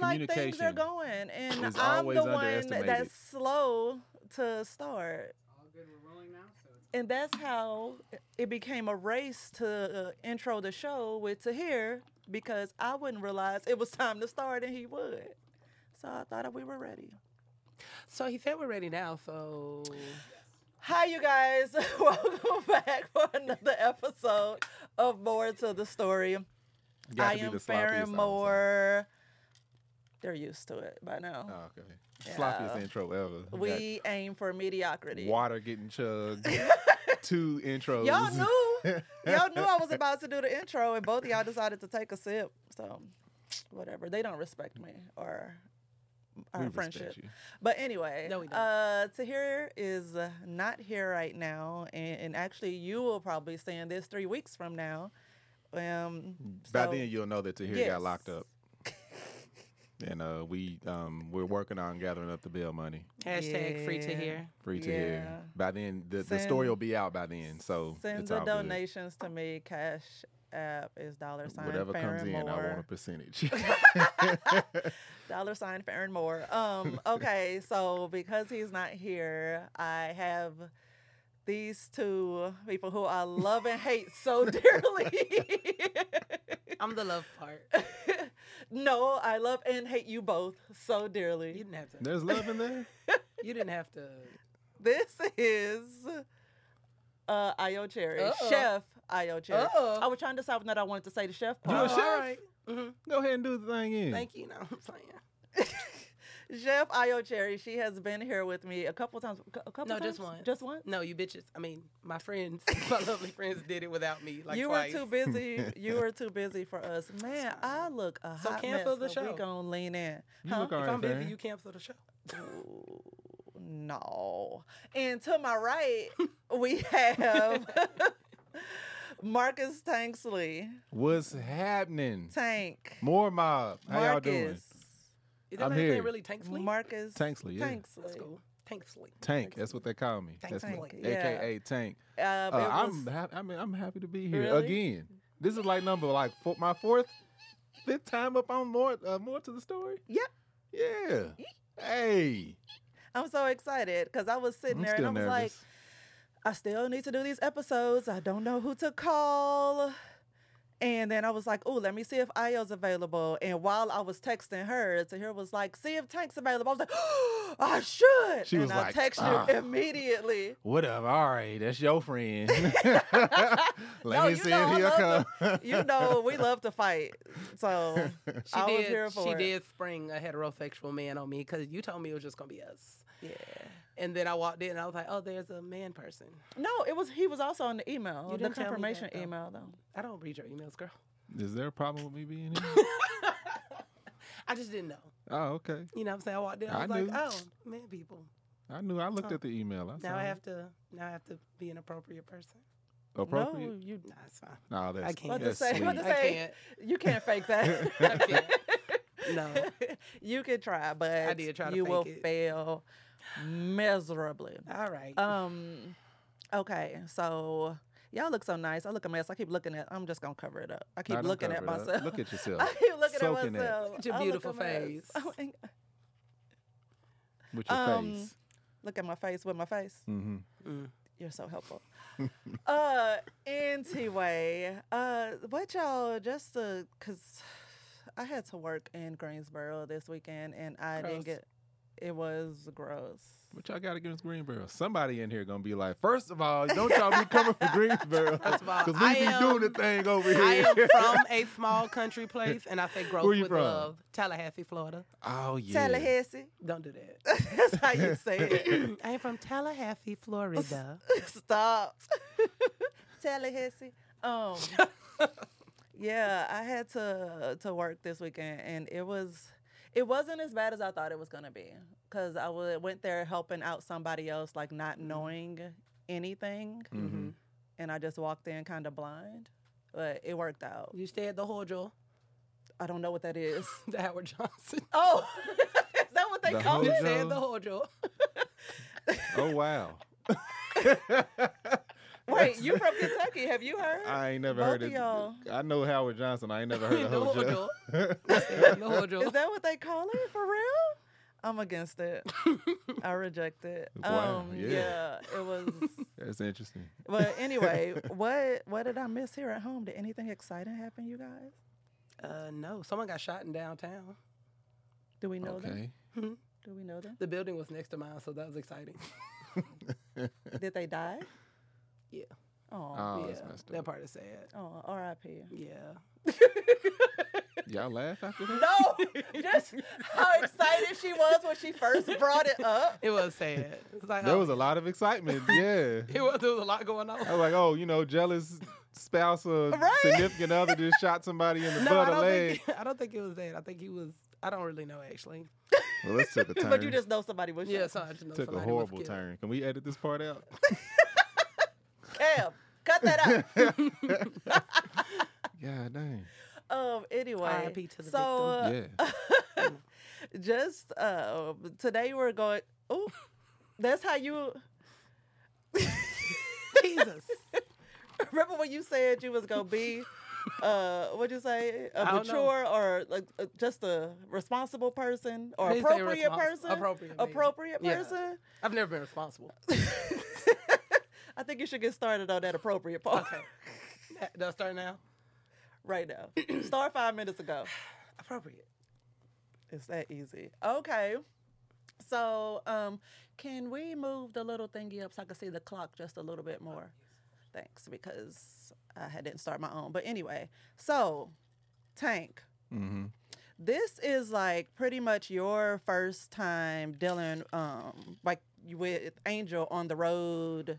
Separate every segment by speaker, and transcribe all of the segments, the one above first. Speaker 1: like things are
Speaker 2: communication
Speaker 1: going, and
Speaker 2: is
Speaker 1: I'm
Speaker 2: always
Speaker 1: the one
Speaker 2: underestimated.
Speaker 1: that's slow to start.
Speaker 3: All good. We're rolling now. So it's
Speaker 1: And that's how it became a race to uh, intro the show with Tahir because I wouldn't realize it was time to start and he would. So I thought we were ready.
Speaker 4: So he said we're ready now. So
Speaker 1: Hi, you guys. Welcome back for another episode of More to the Story.
Speaker 2: You got
Speaker 1: I
Speaker 2: to be
Speaker 1: am
Speaker 2: the sloppiest all the
Speaker 1: Farron
Speaker 2: time.
Speaker 1: Moore. They're used to it by now.
Speaker 2: Oh, okay. Sloppiest
Speaker 1: Yeah.
Speaker 2: intro ever.
Speaker 1: we aim for mediocrity.
Speaker 2: Got water getting chugged. two intros.
Speaker 1: Y'all knew. y'all knew I was about to do the intro, and both of y'all decided to take a sip. So, whatever. They don't respect me or our
Speaker 2: We respect
Speaker 1: friendship.
Speaker 2: you.
Speaker 1: But anyway,
Speaker 4: No, we don't.
Speaker 1: uh, Tahir is uh, not here right now, and, and actually, you will probably see in this three weeks from now. Um,
Speaker 2: By
Speaker 1: so-
Speaker 2: then you'll know that Tahir
Speaker 1: Yes.
Speaker 2: got locked up. And uh, we um, we're working on gathering up the bail money.
Speaker 4: hashtag free to
Speaker 1: Yeah.
Speaker 4: hear.
Speaker 2: Free to hear.
Speaker 1: Yeah.
Speaker 2: By then the, the
Speaker 1: Send-
Speaker 2: story will be out by then. So
Speaker 1: send
Speaker 2: it's
Speaker 1: the
Speaker 2: all good.
Speaker 1: donations to me. Cash app is dollar sign.
Speaker 2: Whatever comes
Speaker 1: Farrah
Speaker 2: in, I want
Speaker 1: Moore.
Speaker 2: a percentage.
Speaker 1: Dollar sign Farron Moore. Um, okay, so because he's not here, I have these two people who I love and hate so dearly.
Speaker 4: I'm the love part.
Speaker 1: no, I love and hate you both so
Speaker 4: You
Speaker 1: dearly.
Speaker 4: didn't have to.
Speaker 2: There's love in there.
Speaker 4: You didn't have to.
Speaker 1: This is uh Io Cherry.
Speaker 4: Uh-oh.
Speaker 1: Chef Io Cherry.
Speaker 4: Uh-oh.
Speaker 1: I was trying to decide whether I wanted to say the chef
Speaker 2: You a
Speaker 1: part.
Speaker 2: chef?
Speaker 4: Oh,
Speaker 2: Hmm.
Speaker 4: all right. Mhm.
Speaker 2: Go ahead and do the thing in.
Speaker 4: Thank you. No, I'm playing.
Speaker 1: Chef Io Cherry, she has been here with me a couple times. A couple
Speaker 4: No, just
Speaker 1: times?
Speaker 4: once.
Speaker 1: Just once?
Speaker 4: No, you bitches. I mean, my friends, my lovely friends, did it without me. Like
Speaker 1: you
Speaker 4: twice.
Speaker 1: were too busy. You were too busy for us, man. I look a
Speaker 4: So
Speaker 1: hot
Speaker 4: cancel
Speaker 1: mess,
Speaker 4: the
Speaker 1: but
Speaker 4: show.
Speaker 1: We gonna lean in.
Speaker 2: You
Speaker 1: Huh?
Speaker 2: look all
Speaker 4: If
Speaker 2: right,
Speaker 4: I'm busy,
Speaker 2: Farron.
Speaker 4: you cancel the show.
Speaker 1: Ooh, no. And to my right, we have Marcus Tanksley.
Speaker 2: What's happening?
Speaker 1: Tank.
Speaker 2: More mob. How y'all doing?
Speaker 1: Marcus.
Speaker 4: Is that
Speaker 2: I'm
Speaker 4: last name
Speaker 2: here.
Speaker 4: really Tanksley?
Speaker 1: Marcus
Speaker 2: Tanksley, yeah.
Speaker 4: That's
Speaker 1: Tanksley. Um,
Speaker 4: cool. Tanksley.
Speaker 2: Tank. That's what they call me.
Speaker 4: Tank,
Speaker 2: That's me,
Speaker 4: Tank,
Speaker 1: yeah.
Speaker 2: AKA Tank.
Speaker 1: Uh,
Speaker 2: Uh,
Speaker 1: it
Speaker 2: I'm
Speaker 1: was-
Speaker 2: hap- I mean, I'm happy to be here
Speaker 1: Really?
Speaker 2: again. This is like number like four, my fourth, fifth time up on more uh, more to the story.
Speaker 1: Yep.
Speaker 2: Yeah. Hey.
Speaker 1: I'm so excited because I was sitting
Speaker 2: I'm
Speaker 1: there and I
Speaker 2: still
Speaker 1: was
Speaker 2: nervous.
Speaker 1: like, I still need to do these episodes. I don't know who to call. And then I was like, oh, let me see if Ayo's available. And while I was texting her, Tahir was like, see if Tank's available. I was like, I should.
Speaker 2: She
Speaker 1: and
Speaker 2: was
Speaker 1: I
Speaker 2: like,
Speaker 1: texted
Speaker 2: "Ah."
Speaker 1: you immediately.
Speaker 2: Whatever. All right. That's your friend. Let
Speaker 1: No,
Speaker 2: me
Speaker 1: you
Speaker 2: see
Speaker 1: know I
Speaker 2: if he'll
Speaker 1: love
Speaker 2: come.
Speaker 1: You know, we love to fight. So
Speaker 4: She
Speaker 1: I
Speaker 4: did.
Speaker 1: was here for
Speaker 4: she
Speaker 1: it.
Speaker 4: did spring a heterosexual man on me because you told me it was just gonna be us.
Speaker 1: Yeah.
Speaker 4: And then I walked in and I was like, oh, there's a man person.
Speaker 1: No, it was he was also on the email,
Speaker 4: You
Speaker 1: the
Speaker 4: didn't tell me that,
Speaker 1: confirmation
Speaker 4: though.
Speaker 1: email though.
Speaker 4: I don't read your emails, girl.
Speaker 2: Is there a problem with me being here?
Speaker 4: I just didn't know.
Speaker 2: oh, okay.
Speaker 4: You know what I'm saying? I walked in. I
Speaker 2: I
Speaker 4: was like,
Speaker 2: knew.
Speaker 4: oh, man, people.
Speaker 2: I knew. I looked
Speaker 4: Oh.
Speaker 2: at the email. I
Speaker 4: Now
Speaker 2: saw
Speaker 4: I
Speaker 2: it.
Speaker 4: have to. Now I have to be an appropriate person.
Speaker 2: appropriate.
Speaker 1: No, you
Speaker 4: Nah, it's fine.
Speaker 2: Nah, that's
Speaker 4: I can't.
Speaker 1: What to
Speaker 2: that's
Speaker 1: say?
Speaker 2: sweet.
Speaker 1: What to
Speaker 4: I
Speaker 1: say?
Speaker 4: can't.
Speaker 1: you can't fake that.
Speaker 4: I can't. No.
Speaker 1: you could try, but
Speaker 4: did try to
Speaker 1: you
Speaker 4: fake
Speaker 1: will
Speaker 4: it.
Speaker 1: fail miserably.
Speaker 4: All right.
Speaker 1: Um, okay, so y'all look so nice. I look a mess. I keep looking at. I'm just gonna cover it up. I
Speaker 2: Nah,
Speaker 1: keep
Speaker 2: don't
Speaker 1: looking at
Speaker 2: cover it up.
Speaker 1: myself.
Speaker 2: Look at yourself.
Speaker 1: I keep looking at
Speaker 2: Soaking it.
Speaker 1: myself.
Speaker 4: Look at your
Speaker 1: I look
Speaker 4: beautiful
Speaker 1: a mess.
Speaker 4: face.
Speaker 1: Oh, and-
Speaker 2: With your
Speaker 1: um,
Speaker 2: face.
Speaker 1: Look at my face with my face.
Speaker 2: Mm-hmm.
Speaker 4: Mm.
Speaker 1: You're so helpful. uh, anyway, uh, what y'all just to, cause I had to work in Greensboro this weekend, and I
Speaker 4: Gross.
Speaker 1: didn't get. It was gross.
Speaker 2: What y'all got against Greenboro? Somebody in here gonna be like, first of all, don't y'all be coming for Greensboro.
Speaker 4: First of all,
Speaker 2: because
Speaker 4: I
Speaker 2: we be
Speaker 4: am-
Speaker 2: doing the thing over here.
Speaker 4: I am from a small country place, and I say growth
Speaker 2: you
Speaker 4: with
Speaker 2: from?
Speaker 4: love. Tallahassee, Florida.
Speaker 2: oh yeah.
Speaker 1: Tallahassee.
Speaker 4: Don't do that.
Speaker 1: That's how you say it.
Speaker 4: I am from Tallahassee, Florida.
Speaker 1: Stop. Tallahassee. Um. yeah, I had to to work this weekend, and it was it wasn't as bad as I thought it was gonna be because I wa- went there helping out somebody else, like not knowing anything,
Speaker 2: Mm-hmm.
Speaker 1: and I just walked in kind of blind. But it worked out.
Speaker 4: You stay at the Hojo,
Speaker 1: I don't know what that is.
Speaker 4: the Howard Johnson.
Speaker 1: Oh, is that what they
Speaker 2: The
Speaker 1: call
Speaker 4: You
Speaker 1: it?
Speaker 2: Hojo? Mm-hmm.
Speaker 4: Mm-hmm. stay at the Hojo.
Speaker 2: Oh wow.
Speaker 1: Wait, you from Kentucky? Have you heard?
Speaker 2: I ain't never
Speaker 1: Both
Speaker 2: heard
Speaker 1: of
Speaker 2: it.
Speaker 1: y'all.
Speaker 2: I know Howard Johnson. I ain't never heard of
Speaker 4: No,
Speaker 2: Hojo.
Speaker 4: No Hojo.
Speaker 1: Is that what they call it for real? I'm against it. I reject it.
Speaker 2: Wow,
Speaker 1: um,
Speaker 2: yeah.
Speaker 1: yeah, it was.
Speaker 2: That's interesting.
Speaker 1: But anyway, what what did I miss here at home? Did anything exciting happen, you guys?
Speaker 4: Uh, no, someone got shot in downtown.
Speaker 1: Do we know them?
Speaker 2: Okay.
Speaker 1: Do we know them?
Speaker 4: The building was next to mine, so that was exciting.
Speaker 1: Did they die?
Speaker 4: Yeah.
Speaker 1: Oh,
Speaker 2: Oh,
Speaker 4: yeah,
Speaker 2: that's messed
Speaker 4: that
Speaker 2: up.
Speaker 4: part is sad.
Speaker 1: oh, R.I.P.
Speaker 4: Yeah.
Speaker 2: Y'all laugh after that?
Speaker 1: No, just how excited she was when she first brought it up.
Speaker 4: It was sad. It was like,
Speaker 2: There
Speaker 4: oh,
Speaker 2: was a lot of excitement. Yeah.
Speaker 4: it was, there was a lot going on.
Speaker 2: I was like, oh, you know, jealous spouse or
Speaker 1: Right?
Speaker 2: significant other just shot somebody in the
Speaker 4: No,
Speaker 2: butt
Speaker 4: I
Speaker 2: or
Speaker 4: don't
Speaker 2: leg.
Speaker 4: think I don't think it was that. I think he was. I don't really know actually.
Speaker 2: Well, let's take a turn.
Speaker 1: But you just know somebody was
Speaker 4: Yeah,
Speaker 1: shot.
Speaker 4: so I just know
Speaker 2: took a
Speaker 4: somebody was
Speaker 2: horrible
Speaker 4: killed.
Speaker 2: turn. Can we edit this part out?
Speaker 1: Cam, cut that out.
Speaker 2: God dang.
Speaker 1: Um. Anyway,
Speaker 4: R.I.P. to the
Speaker 1: so
Speaker 2: Yeah.
Speaker 1: uh, just uh, today we're going. Oh, that's how you
Speaker 4: Jesus,
Speaker 1: remember when you said you was gonna be. Uh, what'd you say? A
Speaker 4: I don't know.
Speaker 1: mature or like uh, just a responsible person or
Speaker 4: They say
Speaker 1: appropriate
Speaker 4: respons-
Speaker 1: person?
Speaker 4: appropriate, maybe.
Speaker 1: appropriate
Speaker 4: Yeah.
Speaker 1: person.
Speaker 4: I've never been responsible.
Speaker 1: I think you should get started on that appropriate part
Speaker 4: Okay, That- do I start now?
Speaker 1: right now. Start five minutes ago.
Speaker 4: Appropriate.
Speaker 1: It's that easy. Okay. So, um, can we move the little thingy up so I can see the clock just a little bit more? Thanks, because I had- didn't start my own. But anyway, so Tank,
Speaker 2: Mm-hmm.
Speaker 1: this is like pretty much your first time dealing, um, like you- with Angel on the road,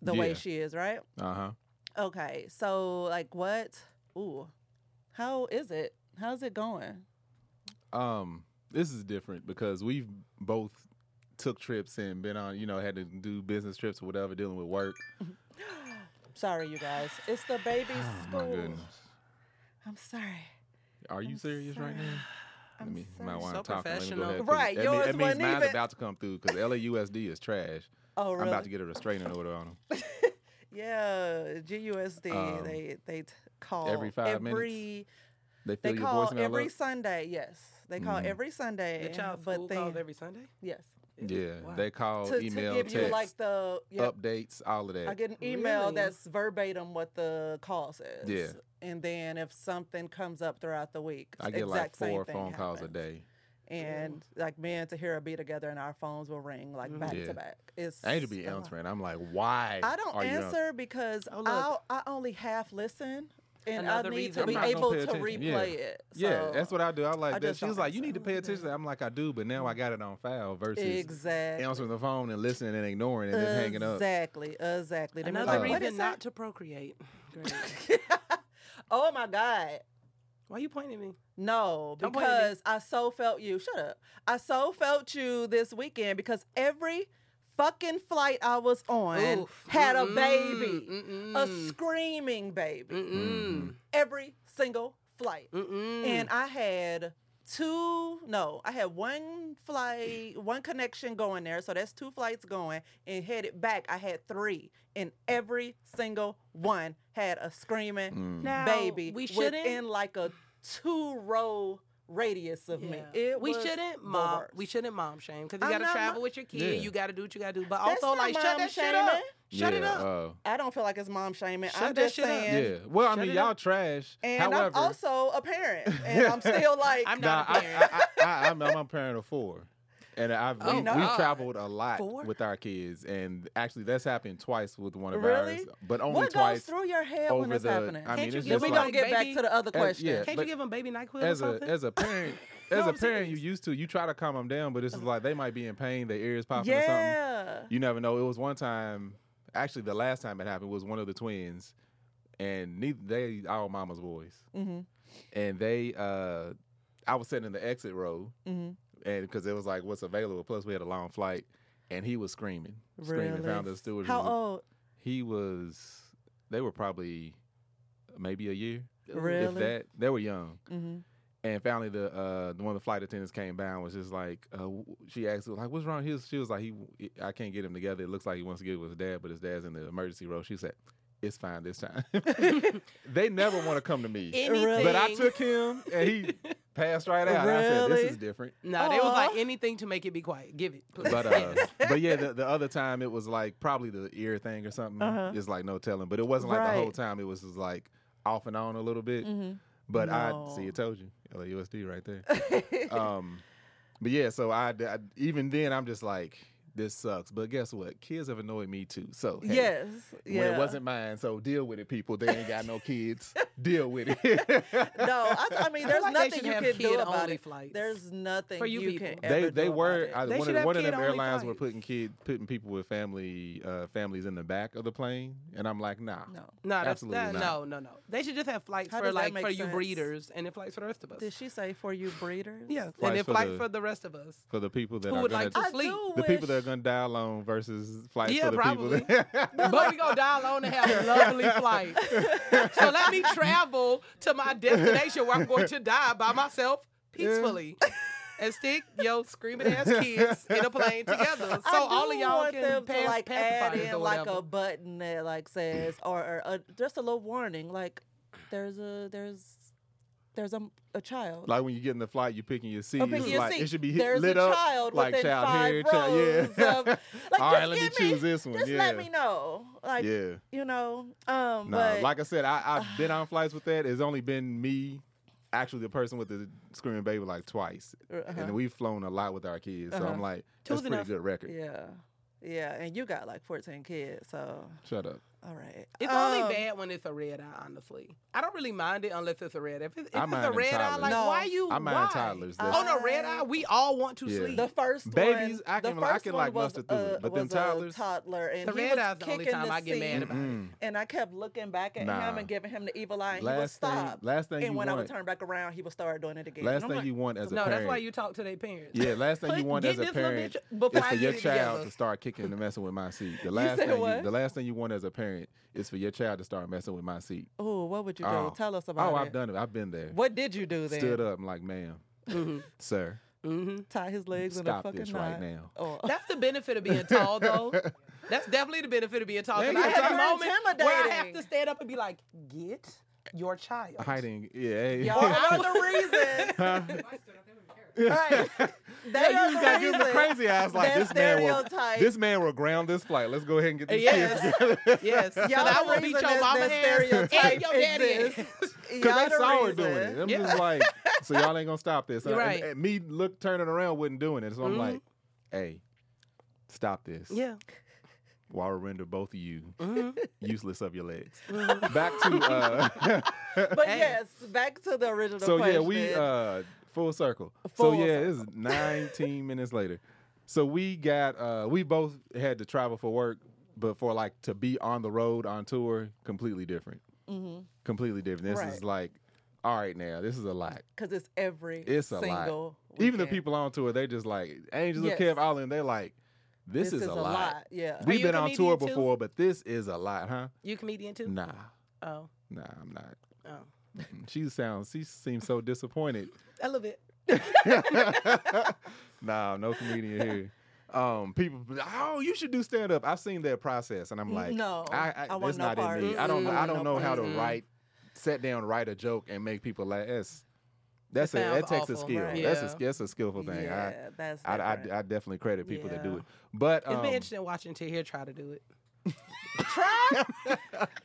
Speaker 1: the way
Speaker 2: Yeah.
Speaker 1: she is, right?
Speaker 2: Uh huh.
Speaker 1: Okay, so like what? Ooh, how is it? How's it going?
Speaker 2: um this is different because we've both took trips and been on you know had to do business trips or whatever dealing with work
Speaker 1: Sorry, you guys. It's the baby's
Speaker 2: Oh, my
Speaker 1: school.
Speaker 2: goodness
Speaker 1: I'm sorry.
Speaker 2: are you
Speaker 1: I'm
Speaker 2: serious
Speaker 1: sorry.
Speaker 2: right now
Speaker 1: I'm
Speaker 2: my
Speaker 1: sorry.
Speaker 2: wine
Speaker 4: So
Speaker 2: talking let me go
Speaker 4: professional.
Speaker 2: ahead 'cause
Speaker 1: Right,
Speaker 2: that,
Speaker 1: yours
Speaker 2: mean, that means
Speaker 1: wasn't
Speaker 2: mine's
Speaker 1: even-
Speaker 2: about to come through because lausd is trash
Speaker 1: Oh,
Speaker 2: i'm
Speaker 1: really?
Speaker 2: about to get a restraining order on them
Speaker 1: yeah, GUSD.
Speaker 2: Um,
Speaker 1: they they t- call
Speaker 2: every five minutes?
Speaker 1: every-
Speaker 2: they
Speaker 1: They
Speaker 2: fill your
Speaker 1: call
Speaker 2: voicemail
Speaker 1: every
Speaker 2: up
Speaker 1: Sunday. Yes, they call
Speaker 2: Mhm.
Speaker 1: every Sunday.
Speaker 4: The child
Speaker 1: but
Speaker 4: school
Speaker 1: then,
Speaker 4: calls every Sunday.
Speaker 1: yes,
Speaker 2: yeah
Speaker 4: Wow.
Speaker 2: they call
Speaker 1: to, to
Speaker 2: Oh, email
Speaker 1: give
Speaker 2: text
Speaker 1: you like the yep,
Speaker 2: updates all of that
Speaker 1: I get an email
Speaker 4: Really?
Speaker 1: that's verbatim what the call says.
Speaker 2: Yeah.
Speaker 1: And then if something comes up throughout the week,
Speaker 2: i get like
Speaker 1: exact same
Speaker 2: four
Speaker 1: thing
Speaker 2: phone calls a
Speaker 1: happens.
Speaker 2: day
Speaker 1: And like me and Tahira be together and our phones will ring
Speaker 4: Mm-hmm.
Speaker 1: like back
Speaker 2: Yeah.
Speaker 1: to back. It's
Speaker 2: i need to be
Speaker 1: a lot.
Speaker 2: answering i'm like why
Speaker 1: I don't
Speaker 2: are you answering?
Speaker 1: answer because
Speaker 4: Oh, look.
Speaker 1: I'll, I only half listen and
Speaker 4: Another
Speaker 1: I need
Speaker 4: reason
Speaker 1: to
Speaker 4: I'm
Speaker 1: be
Speaker 4: not gonna
Speaker 1: able
Speaker 2: pay
Speaker 1: to
Speaker 2: attention.
Speaker 1: replay
Speaker 2: Yeah.
Speaker 1: it.
Speaker 2: Yeah,
Speaker 1: So-
Speaker 2: that's what I do. I like
Speaker 1: I
Speaker 2: that.
Speaker 1: just
Speaker 2: She was
Speaker 1: don't
Speaker 2: like, "You need to
Speaker 1: answer.
Speaker 2: pay attention." I'm like, "I do," but now I got it on file versus
Speaker 1: exactly.
Speaker 2: answering the phone and listening and ignoring and then hanging up.
Speaker 1: Exactly, exactly. They be
Speaker 4: Another
Speaker 1: like,
Speaker 2: Uh,
Speaker 1: "What
Speaker 4: reason
Speaker 1: is
Speaker 4: not
Speaker 1: that?"
Speaker 4: to procreate. Great.
Speaker 1: oh my god.
Speaker 4: Why you pointing at me?
Speaker 1: No,
Speaker 4: Don't point at me.
Speaker 1: because I so felt you. Shut up. I so felt you this weekend because every fucking flight I was on
Speaker 4: Oof.
Speaker 1: had a
Speaker 4: Mm-mm.
Speaker 1: baby, a
Speaker 4: Mm-mm. Mm.
Speaker 1: screaming baby.
Speaker 4: Mm-mm.
Speaker 1: Every single flight.
Speaker 2: Mm-hmm.
Speaker 4: Mm-mm.
Speaker 1: And I had two, no, I had one flight, one connection going there. So that's two flights going. And headed back, I had three. And every single one had a screaming
Speaker 2: Mm.
Speaker 4: Now,
Speaker 1: baby
Speaker 4: we
Speaker 1: within
Speaker 4: shouldn't.
Speaker 1: like a two row radius of me.
Speaker 4: Yeah.
Speaker 1: It
Speaker 4: we
Speaker 1: was
Speaker 4: shouldn't
Speaker 1: the
Speaker 4: mom. We
Speaker 1: worst.
Speaker 4: shouldn't mom shame because you
Speaker 1: I'm
Speaker 4: got to
Speaker 1: not
Speaker 4: travel
Speaker 1: mo-
Speaker 4: with your kid.
Speaker 2: Yeah.
Speaker 4: You got to do what you got to do. But
Speaker 1: That's
Speaker 4: also,
Speaker 1: not
Speaker 4: like, shut
Speaker 1: mom
Speaker 4: that shit
Speaker 1: shaming.
Speaker 4: up. Shut it
Speaker 2: Yeah,
Speaker 4: up.
Speaker 1: I don't feel like it's mom shaming.
Speaker 4: Shut
Speaker 1: I'm
Speaker 4: that
Speaker 1: just
Speaker 4: shit up.
Speaker 2: uh,
Speaker 1: saying.
Speaker 2: yeah. Well, I
Speaker 4: Shut
Speaker 2: mean,
Speaker 4: it
Speaker 2: y'all
Speaker 4: up.
Speaker 2: trash.
Speaker 1: And
Speaker 2: However,
Speaker 1: I'm also a parent, and I'm still like,
Speaker 4: I'm
Speaker 2: nah,
Speaker 4: not a
Speaker 2: I,
Speaker 4: parent.
Speaker 2: I, I, am I'm a parent of four, and I've
Speaker 4: Oh,
Speaker 2: we,
Speaker 1: God.
Speaker 2: have traveled a lot
Speaker 4: Four?
Speaker 2: with our kids, and actually that's happened twice with one of
Speaker 1: Really?
Speaker 2: ours, but only
Speaker 1: what
Speaker 2: twice.
Speaker 1: goes through your head when
Speaker 2: over
Speaker 1: it's
Speaker 2: the-
Speaker 1: happening?
Speaker 2: I mean,
Speaker 4: Can't you
Speaker 2: it's
Speaker 4: give
Speaker 1: Then
Speaker 2: just
Speaker 1: we
Speaker 4: me
Speaker 1: gonna
Speaker 2: like-
Speaker 1: get
Speaker 4: baby-
Speaker 1: back to the other
Speaker 2: As-
Speaker 1: question.
Speaker 2: yeah.
Speaker 4: Can't
Speaker 2: but
Speaker 4: you give him baby NyQuil or
Speaker 2: as a
Speaker 4: something?
Speaker 2: as a parent as
Speaker 4: No,
Speaker 2: a
Speaker 4: I'm
Speaker 2: parent you
Speaker 4: serious.
Speaker 2: used to you try to calm them down but it's just like they might be in pain their ears popping or something
Speaker 1: Yeah.
Speaker 2: you never know it was one time actually the last time it happened was one of the twins and neither they all mama's boys
Speaker 1: Mhm.
Speaker 2: and they uh i was sitting in the exit row
Speaker 1: Mhm.
Speaker 2: and because it was like what's available plus we had a long flight and he was screaming screaming
Speaker 1: Really?
Speaker 2: found the steward
Speaker 1: How old?
Speaker 2: he was they were probably maybe a year if
Speaker 1: Really?
Speaker 2: that they were young
Speaker 1: Mhm.
Speaker 2: And finally, the uh, the one of the flight attendants came down was just like, uh, w- she asked, like, what's wrong? He was, she was like, he, I can't get him together. It looks like he wants to get with his dad, but his dad's in the emergency room. She said, it's fine this time. they never want to come to me.
Speaker 4: Anything.
Speaker 2: But I took him, and he passed right out. And I said, this
Speaker 1: Really?
Speaker 2: is different.
Speaker 4: No, they was like
Speaker 1: Aw.
Speaker 4: anything to make it be quiet. Give it. please."
Speaker 2: But uh, but yeah, the, the other time it was like probably the ear thing or something.
Speaker 1: Uh-huh.
Speaker 2: It's like no telling, but it wasn't like the whole
Speaker 1: Right. Mm-hmm.
Speaker 2: time. It was just like off and on a little bit. But I see,
Speaker 1: No.
Speaker 2: it told you LAUSD right there. um, but yeah, so I, I even then I'm just like this sucks. But guess what? Kids have annoyed me too. So hey,
Speaker 1: yes.
Speaker 2: when
Speaker 1: yeah.
Speaker 2: it wasn't mine, so deal with it, people. They ain't got no kids. deal with it.
Speaker 1: No, I, I mean, there's
Speaker 4: like they
Speaker 1: nothing
Speaker 4: should
Speaker 1: you
Speaker 4: have
Speaker 1: can do
Speaker 4: kid-only
Speaker 1: about it.
Speaker 4: flights.
Speaker 1: There's nothing
Speaker 4: For you
Speaker 1: can
Speaker 4: people.
Speaker 2: they
Speaker 1: ever
Speaker 2: they
Speaker 1: do
Speaker 2: were
Speaker 1: about
Speaker 2: I,
Speaker 1: it.
Speaker 4: They
Speaker 2: one
Speaker 4: should
Speaker 2: of
Speaker 4: have
Speaker 2: one of them
Speaker 4: kid-only
Speaker 2: airlines were
Speaker 4: flights.
Speaker 2: putting kid putting people with family uh, families in the back of the plane, and I'm like, nah,
Speaker 1: No.
Speaker 4: no, that's,
Speaker 2: absolutely
Speaker 4: that,
Speaker 2: not.
Speaker 4: no, no, no. They should just have flights
Speaker 1: How
Speaker 4: for
Speaker 1: does that
Speaker 4: like
Speaker 1: make
Speaker 4: for you
Speaker 1: sense?
Speaker 4: breeders and then flights for the rest of us.
Speaker 1: Did she say for you breeders?
Speaker 4: yeah,
Speaker 2: Flights
Speaker 4: and then
Speaker 2: for
Speaker 4: flights
Speaker 2: the-
Speaker 4: for the rest of us.
Speaker 2: for the people that
Speaker 4: Who
Speaker 2: are
Speaker 4: would
Speaker 2: gonna,
Speaker 4: like to
Speaker 1: I
Speaker 4: sleep.
Speaker 1: do
Speaker 2: the people that are
Speaker 1: wish-
Speaker 2: gonna die alone versus flights
Speaker 4: Yeah,
Speaker 2: for the
Speaker 4: probably.
Speaker 2: people. That,
Speaker 4: but we gonna dial on and have lovely flights. So let me travel to my destination where I'm going to die by myself peacefully. And stick yo screaming ass kids in a plane together, so
Speaker 1: I
Speaker 4: all
Speaker 1: do
Speaker 4: of y'all
Speaker 1: want
Speaker 4: can
Speaker 1: them
Speaker 4: pass
Speaker 1: to like add
Speaker 4: pacifiers or
Speaker 1: in like
Speaker 4: whatever.
Speaker 1: a button that like says or, or a, just a little warning like there's a there's there's a, a child.
Speaker 2: like when you get in the flight, you picking your seat.
Speaker 1: Open
Speaker 2: it's
Speaker 1: your
Speaker 2: like
Speaker 1: seat.
Speaker 2: it should be hit,
Speaker 1: There's
Speaker 2: lit
Speaker 1: a
Speaker 2: up
Speaker 1: child
Speaker 2: like
Speaker 1: within
Speaker 2: child
Speaker 1: five
Speaker 2: here,
Speaker 1: rows
Speaker 2: child. Yeah.
Speaker 1: of- like,
Speaker 2: All right,
Speaker 1: just
Speaker 2: let me
Speaker 1: give
Speaker 2: choose this one.
Speaker 1: Just
Speaker 2: yeah.
Speaker 1: let me know. Like
Speaker 2: yeah.
Speaker 1: you know. Um
Speaker 2: Nah,
Speaker 1: but
Speaker 2: like I said, I, I've been on flights with that. It's only been me, actually, the person with the screaming baby, like twice.
Speaker 1: uh-huh.
Speaker 2: And we've flown a lot with our kids, so I'm
Speaker 1: Uh-huh.
Speaker 2: like,
Speaker 4: Two's
Speaker 2: that's pretty
Speaker 4: enough.
Speaker 2: good record.
Speaker 1: Yeah. Yeah, and you got like 14 kids, so
Speaker 2: Shut up.
Speaker 1: all right.
Speaker 4: It's
Speaker 1: Um,
Speaker 4: only bad when it's a red eye. Honestly, I don't really mind it unless it's a red. If it's, if
Speaker 2: I
Speaker 4: it's
Speaker 2: mind
Speaker 4: a
Speaker 2: in
Speaker 4: red eye,
Speaker 2: toddlers.
Speaker 4: like
Speaker 1: No.
Speaker 4: why you?
Speaker 2: I mind
Speaker 4: why?
Speaker 2: toddlers.
Speaker 1: I-
Speaker 2: That's-
Speaker 4: On a red eye, we all want to
Speaker 2: Yeah.
Speaker 4: sleep.
Speaker 1: The first
Speaker 2: Babies,
Speaker 1: one,
Speaker 2: I can-
Speaker 1: the
Speaker 2: I
Speaker 1: first
Speaker 2: can,
Speaker 1: one
Speaker 2: like,
Speaker 1: was
Speaker 2: muster through it,
Speaker 1: a-
Speaker 2: but them
Speaker 1: was a
Speaker 2: toddlers-
Speaker 1: toddler, and
Speaker 4: The
Speaker 1: he
Speaker 4: red
Speaker 1: was
Speaker 4: eye's the only
Speaker 1: kicking
Speaker 4: time
Speaker 1: the
Speaker 4: I get mad
Speaker 1: seat,
Speaker 4: about it.
Speaker 2: Mm.
Speaker 1: And I kept looking back at
Speaker 2: Nah.
Speaker 1: him and giving him the evil eye, and he would
Speaker 2: Last thing,
Speaker 1: stop.
Speaker 2: last thing
Speaker 1: and
Speaker 2: you
Speaker 1: when I
Speaker 2: want,
Speaker 1: would turn back around, he would start doing it again.
Speaker 2: last
Speaker 1: And I'm
Speaker 2: thing
Speaker 1: like,
Speaker 2: you want as a
Speaker 4: no,
Speaker 2: parent,
Speaker 4: that's why you talk to their parents.
Speaker 2: yeah, last thing you
Speaker 4: Put-
Speaker 2: want
Speaker 4: get
Speaker 2: as a
Speaker 4: this little
Speaker 2: parent
Speaker 4: bitch before
Speaker 2: is
Speaker 4: I
Speaker 2: for your
Speaker 4: get it
Speaker 2: child
Speaker 4: together.
Speaker 2: to start kicking and messing with my seat. The last
Speaker 1: said
Speaker 2: thing, you,
Speaker 1: what?
Speaker 2: the last thing you want as a parent is for your child to start messing with my seat.
Speaker 1: "Oh, what would you do?
Speaker 2: Oh.
Speaker 1: Tell us about
Speaker 2: Oh,
Speaker 1: it."
Speaker 2: I've done it. I've been there.
Speaker 1: What did you do then?
Speaker 2: Stood up, I'm like, ma'am,
Speaker 4: Mhm.
Speaker 2: sir,
Speaker 4: Mm-hmm.
Speaker 1: Tie his legs in a
Speaker 2: stop
Speaker 1: fucking
Speaker 2: this
Speaker 1: knot.
Speaker 2: right now.
Speaker 1: Oh.
Speaker 4: That's the benefit of being tall, though. That's definitely the benefit of being tall.
Speaker 2: Yeah,
Speaker 4: Because I
Speaker 2: you're
Speaker 4: have
Speaker 2: tall.
Speaker 4: moments where I have
Speaker 1: Intimidating.
Speaker 4: to stand up and be like, "Get your child."
Speaker 2: Hiding, yeah.
Speaker 1: Y'all
Speaker 2: yeah.
Speaker 1: are the reason.
Speaker 2: Huh?
Speaker 3: If I stood up, they wouldn't care.
Speaker 1: Right. They are
Speaker 2: you just gotta
Speaker 1: the
Speaker 2: give him the
Speaker 1: reason.
Speaker 2: crazy eyes like
Speaker 1: That
Speaker 2: this man will.
Speaker 1: stereotype.
Speaker 2: This man will ground this flight. Let's go ahead and get these
Speaker 4: Yes.
Speaker 2: kids together.
Speaker 4: Yes, because
Speaker 1: Y'all
Speaker 4: I
Speaker 1: the
Speaker 4: will beat your
Speaker 1: reason that-
Speaker 4: mama
Speaker 1: that
Speaker 4: ass and
Speaker 1: stereotype
Speaker 4: your daddy ass.
Speaker 1: exists.
Speaker 2: Because
Speaker 1: Y'all
Speaker 2: they
Speaker 1: the
Speaker 2: saw her doing
Speaker 1: reason.
Speaker 2: it. I'm
Speaker 4: Yeah.
Speaker 2: just like, so y'all ain't gonna stop this. And-
Speaker 4: Right.
Speaker 2: and me look turning around wasn't doing it. So I'm
Speaker 4: Mhm.
Speaker 2: like,
Speaker 1: Mm-hmm.
Speaker 2: hey, stop this.
Speaker 4: Yeah.
Speaker 2: While I render both of you
Speaker 1: Mm-hmm.
Speaker 2: useless of your legs.
Speaker 4: Mhm.
Speaker 2: Back to uh
Speaker 1: But
Speaker 4: Hey.
Speaker 1: yes, back to the original
Speaker 2: So
Speaker 1: question.
Speaker 2: yeah, we uh full circle.
Speaker 1: Full
Speaker 2: so yeah, it's 19 minutes later. So we got uh we both had to travel for work, but for like to be on the road on tour, completely different. Completely different. This is
Speaker 1: Right.
Speaker 2: like, all right now, this is a lot.
Speaker 1: because it's every
Speaker 2: It's a lot.
Speaker 1: single.
Speaker 2: Even the
Speaker 1: weekend.
Speaker 2: people on tour, they just like Angels
Speaker 1: Yes.
Speaker 2: of Kev Island. They're like, this, is, a, lot.
Speaker 1: Yeah.
Speaker 4: Are
Speaker 2: We've
Speaker 4: you a
Speaker 2: been on tour
Speaker 4: comedian too?
Speaker 2: before, but this is a lot, huh?
Speaker 4: You comedian too?
Speaker 2: Nah,
Speaker 4: Oh,
Speaker 2: nah, I'm not. Mm,
Speaker 4: oh,
Speaker 2: She sounds. She seems so disappointed.
Speaker 4: a little bit.
Speaker 2: nah, no comedian here. Um, people, be like, oh, you should do stand up. I've seen that process,
Speaker 4: Mm,
Speaker 2: and I'm like,
Speaker 1: No,
Speaker 2: I, I,
Speaker 1: I want
Speaker 2: that's
Speaker 1: no
Speaker 2: not
Speaker 1: part.
Speaker 2: in me. I don't, know-
Speaker 4: Mm-mm,
Speaker 2: I
Speaker 1: I
Speaker 2: don't
Speaker 1: want
Speaker 2: know
Speaker 1: no
Speaker 2: how to
Speaker 1: part.
Speaker 2: write, sit down, write a joke, and make people laugh. That's that's a,
Speaker 4: sounds
Speaker 2: that takes a
Speaker 4: awful,
Speaker 2: skill.
Speaker 4: right.
Speaker 2: That's
Speaker 4: Yeah.
Speaker 2: a that's a skillful thing. I,
Speaker 1: Yeah, that's
Speaker 2: I, I,
Speaker 1: different.
Speaker 2: I definitely credit people that do
Speaker 4: Yeah.
Speaker 2: it. But
Speaker 4: It's
Speaker 2: um,
Speaker 4: been interesting watching Tahir try to do it.
Speaker 1: Try,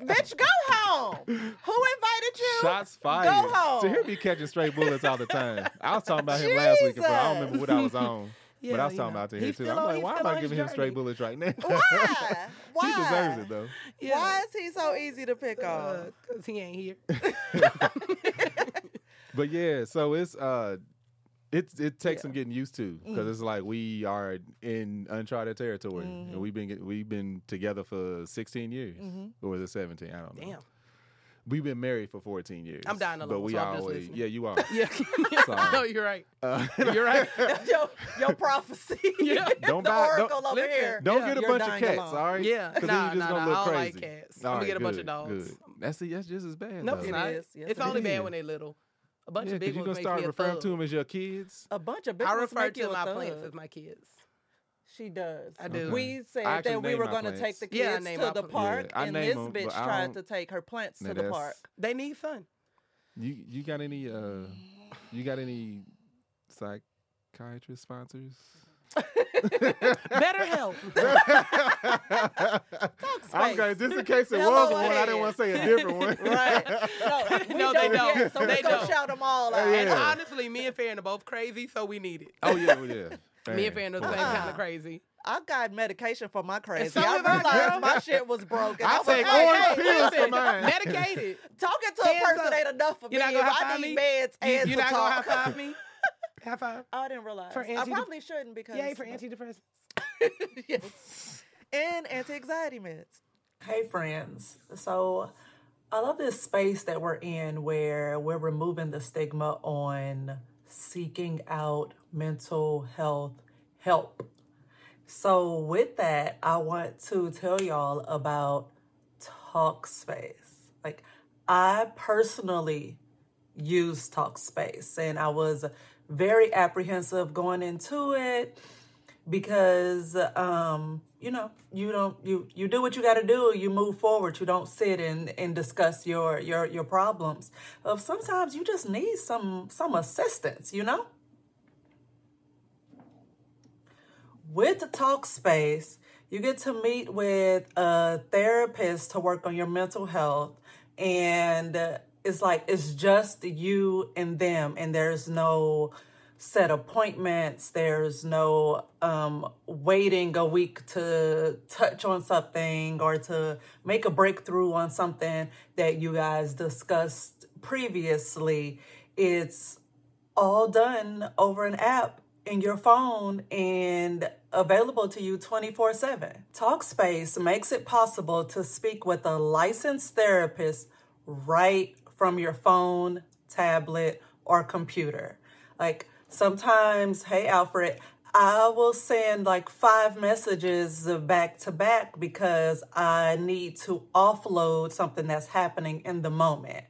Speaker 1: bitch, go home. Who invited you?
Speaker 2: shots fired.
Speaker 1: home.
Speaker 2: To hear me catching straight bullets all the time. I was talking about him last week, but I don't remember what I was on. but I
Speaker 4: Yeah,
Speaker 2: was talking
Speaker 4: you know.
Speaker 2: about to
Speaker 4: He's
Speaker 2: hear too.
Speaker 4: still
Speaker 2: I'm
Speaker 4: on-
Speaker 2: like,
Speaker 4: he's
Speaker 2: why am
Speaker 4: still
Speaker 2: I
Speaker 4: on his
Speaker 2: giving him straight
Speaker 4: journey.
Speaker 2: bullets right now?
Speaker 1: Why? Why?
Speaker 2: He deserves it though.
Speaker 1: Why is he so easy to pick on?
Speaker 4: Because he ain't here.
Speaker 2: But yeah, so it's uh it's it takes some getting used to
Speaker 4: Mm.
Speaker 2: because it's like we are in uncharted territory
Speaker 4: Mm-hmm.
Speaker 2: and we've been get- we've been together for 16 years or was it 17? I don't know.
Speaker 4: Mm-hmm. Damn.
Speaker 2: We've been married for 14 years.
Speaker 4: I'm dying
Speaker 2: But
Speaker 4: alone,
Speaker 2: we
Speaker 4: so I'm just
Speaker 2: always
Speaker 4: listening.
Speaker 2: yeah, you are.
Speaker 4: Yeah.
Speaker 2: Sorry.
Speaker 4: no, you're right.
Speaker 2: Uh,
Speaker 4: You're right.
Speaker 1: your, your prophecy.
Speaker 4: Yeah.
Speaker 2: Don't
Speaker 1: the
Speaker 2: buy- don't-
Speaker 1: oracle over
Speaker 4: listen,
Speaker 1: here.
Speaker 2: Don't
Speaker 4: Yeah,
Speaker 2: get a
Speaker 1: you're
Speaker 2: bunch of
Speaker 1: dying
Speaker 2: cats,
Speaker 1: alone.
Speaker 2: all right?
Speaker 4: Yeah.
Speaker 2: 'Cause then
Speaker 4: Nah,
Speaker 2: you just
Speaker 4: nah,
Speaker 2: gonna
Speaker 4: nah,
Speaker 2: look
Speaker 4: I don't like
Speaker 2: crazy.
Speaker 4: cats. I'm gonna
Speaker 2: All right,
Speaker 4: get a bunch of
Speaker 2: good,
Speaker 4: dogs.
Speaker 2: good. That's that's just as bad.
Speaker 4: No,
Speaker 2: though.
Speaker 4: it's
Speaker 1: It
Speaker 4: not.
Speaker 1: is. Yes,
Speaker 4: it's
Speaker 1: it
Speaker 4: only
Speaker 2: is.
Speaker 4: bad when they're little. A bunch
Speaker 2: Yeah,
Speaker 4: of
Speaker 2: 'cause
Speaker 4: big
Speaker 2: you
Speaker 4: ones
Speaker 2: gonna
Speaker 4: makes
Speaker 2: start
Speaker 4: me a
Speaker 2: referring
Speaker 4: thug.
Speaker 2: to them as your kids.
Speaker 5: A bunch of big
Speaker 4: I
Speaker 5: ones
Speaker 4: refer
Speaker 5: make you
Speaker 4: to
Speaker 5: a
Speaker 4: my
Speaker 5: thug.
Speaker 4: plants as my kids.
Speaker 5: She does.
Speaker 4: I do.
Speaker 5: We
Speaker 2: I
Speaker 5: said
Speaker 2: actually
Speaker 5: that we
Speaker 2: name
Speaker 5: were
Speaker 2: my
Speaker 5: going to
Speaker 2: plants.
Speaker 5: take the
Speaker 4: Yeah, I
Speaker 5: kids
Speaker 4: name
Speaker 5: to
Speaker 4: my
Speaker 5: the
Speaker 4: plants.
Speaker 5: park,
Speaker 2: Yeah, I
Speaker 5: and
Speaker 2: name
Speaker 5: this
Speaker 2: 'em, but
Speaker 5: bitch
Speaker 2: I
Speaker 5: tried
Speaker 2: don't-
Speaker 5: to take her plants
Speaker 2: Now
Speaker 5: to the
Speaker 2: that's-
Speaker 5: park.
Speaker 4: They need fun.
Speaker 2: You you got any uh you got any psychiatrist sponsors?
Speaker 4: Better help.
Speaker 2: I'm gonna just in case it
Speaker 5: Hello,
Speaker 2: was one, I
Speaker 5: ahead.
Speaker 2: didn't want to say a different one.
Speaker 5: Right? No, we
Speaker 4: No, they don't.
Speaker 5: yet, so we
Speaker 4: They
Speaker 5: gonna
Speaker 4: don't.
Speaker 5: shout them all out.
Speaker 4: And
Speaker 2: Yeah.
Speaker 4: honestly, me and Farron are both crazy, so we need it.
Speaker 2: Oh yeah, well, yeah.
Speaker 4: Me and Farron are the same
Speaker 5: Uh-uh.
Speaker 4: kind of crazy.
Speaker 5: I got medication for my crazy.
Speaker 4: so
Speaker 5: I
Speaker 4: did I, girl.
Speaker 5: realized my shit was broken.
Speaker 2: I
Speaker 5: was
Speaker 2: take
Speaker 5: like,
Speaker 2: orange
Speaker 5: hey,
Speaker 2: pills for
Speaker 5: listen,
Speaker 2: mine.
Speaker 4: Medicated.
Speaker 5: Talking to a
Speaker 4: Hands
Speaker 5: person
Speaker 4: up.
Speaker 5: ain't enough for
Speaker 4: You're not
Speaker 5: me.
Speaker 4: gonna
Speaker 5: If
Speaker 4: high
Speaker 5: I
Speaker 4: five
Speaker 5: need
Speaker 4: me?
Speaker 5: meds and
Speaker 4: You're
Speaker 5: to
Speaker 4: not gonna high
Speaker 5: talk.
Speaker 4: five me? High five.
Speaker 5: I didn't realize.
Speaker 4: For
Speaker 5: I
Speaker 4: anti-
Speaker 5: probably shouldn't because
Speaker 4: Yay for antidepressants.
Speaker 5: yes. and anti-anxiety meds.
Speaker 1: Hey, friends. So I love this space that we're in where we're removing the stigma on seeking out mental health help. So, with that, I want to tell y'all about TalkSpace. Like, I personally use TalkSpace, and I was very apprehensive going into it because um you know you don't you you do what you got to do you move forward you don't sit and and discuss your your your problems of sometimes you just need some some assistance you know with the talk space you get to meet with a therapist to work on your mental health and uh, it's like it's just you and them and there's no set appointments there's no um, waiting a week to touch on something or to make a breakthrough on something that you guys discussed previously it's all done over an app in your phone and available to you 24 7. TalkSpace makes it possible to speak with a licensed therapist right from your phone, tablet, or computer. Like sometimes, hey, Alfred, I will send like five messages back to back because I need to offload something that's happening in the moment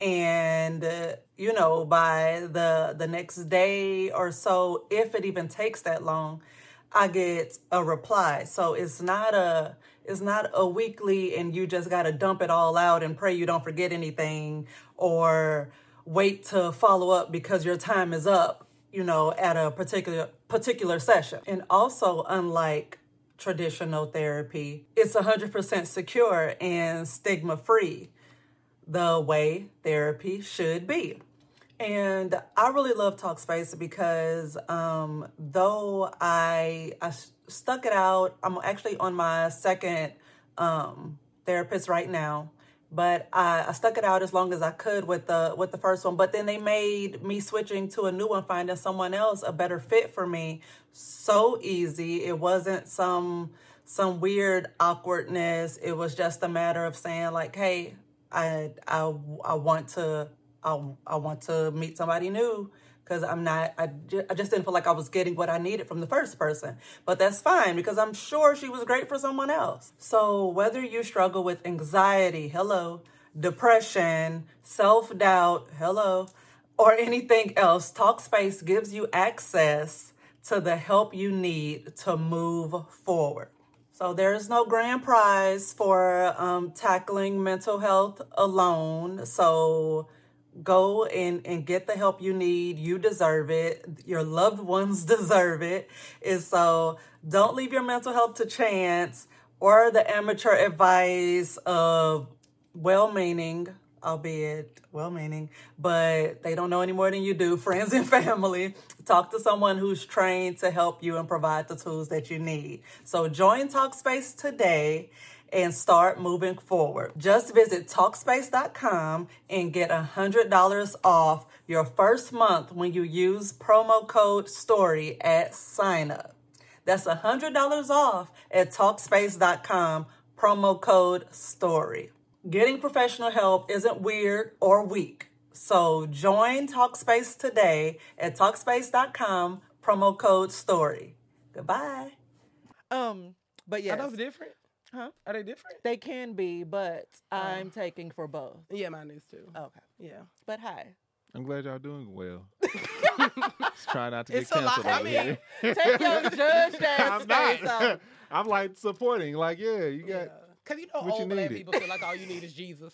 Speaker 1: and uh, you know by the the next day or so if it even takes that long i get a reply so it's not a it's not a weekly and you just got to dump it all out and pray you don't forget anything or wait to follow up because your time is up you know at a particular particular session and also unlike traditional therapy it's 100% secure and stigma free the way therapy should be. And I really love Talkspace because um, though I, I s- stuck it out, I'm actually on my second um, therapist right now. But I, I stuck it out as long as I could with the with the first one. But then they made me switching to a new one, finding someone else a better fit for me. So easy. It wasn't some some weird awkwardness. It was just a matter of saying like, "Hey, I I I want to I I want to meet somebody new because I'm not I, ju- I just didn't feel like I was getting what I needed from the first person. But that's fine because I'm sure she was great for someone else. So whether you struggle with anxiety, hello, depression, self-doubt, hello, or anything else, Talkspace gives you access to the help you need to move forward. So there's no grand prize for um, tackling mental health alone. So go and, and get the help you need. You deserve it. Your loved ones deserve it. And so don't leave your mental health to chance or the amateur advice of well meaning, albeit well meaning, but they don't know any more than you do, friends and family. Talk to someone who's trained to help you and provide the tools that you need. So join TalkSpace today and start moving forward. Just visit TalkSpace.com and get $100 off your first month when you use promo code STORY at sign up. That's $100 off at TalkSpace.com, promo code STORY. Getting professional help isn't weird or weak. So join TalkSpace today at TalkSpace.com, promo code STORY. Goodbye.
Speaker 5: Um, but yes,
Speaker 4: Are those different?
Speaker 5: Huh?
Speaker 4: Are they different?
Speaker 5: they
Speaker 2: Oh.
Speaker 5: can be, but I'm taking for both.
Speaker 4: Yeah, mine is too.
Speaker 5: Okay,
Speaker 4: Yeah.
Speaker 5: but hi,
Speaker 2: I'm glad y'all doing well. Just try not to get
Speaker 4: It's a lot.
Speaker 2: canceled.
Speaker 4: I
Speaker 2: over
Speaker 4: mean, um,
Speaker 2: here.
Speaker 1: Take your judge ass
Speaker 2: I'm
Speaker 1: face
Speaker 2: not.
Speaker 1: off.
Speaker 2: I'm like supporting. Like, yeah, you got
Speaker 4: Cause you know
Speaker 2: What you
Speaker 4: all black
Speaker 2: needed.
Speaker 4: people feel like all you need is Jesus.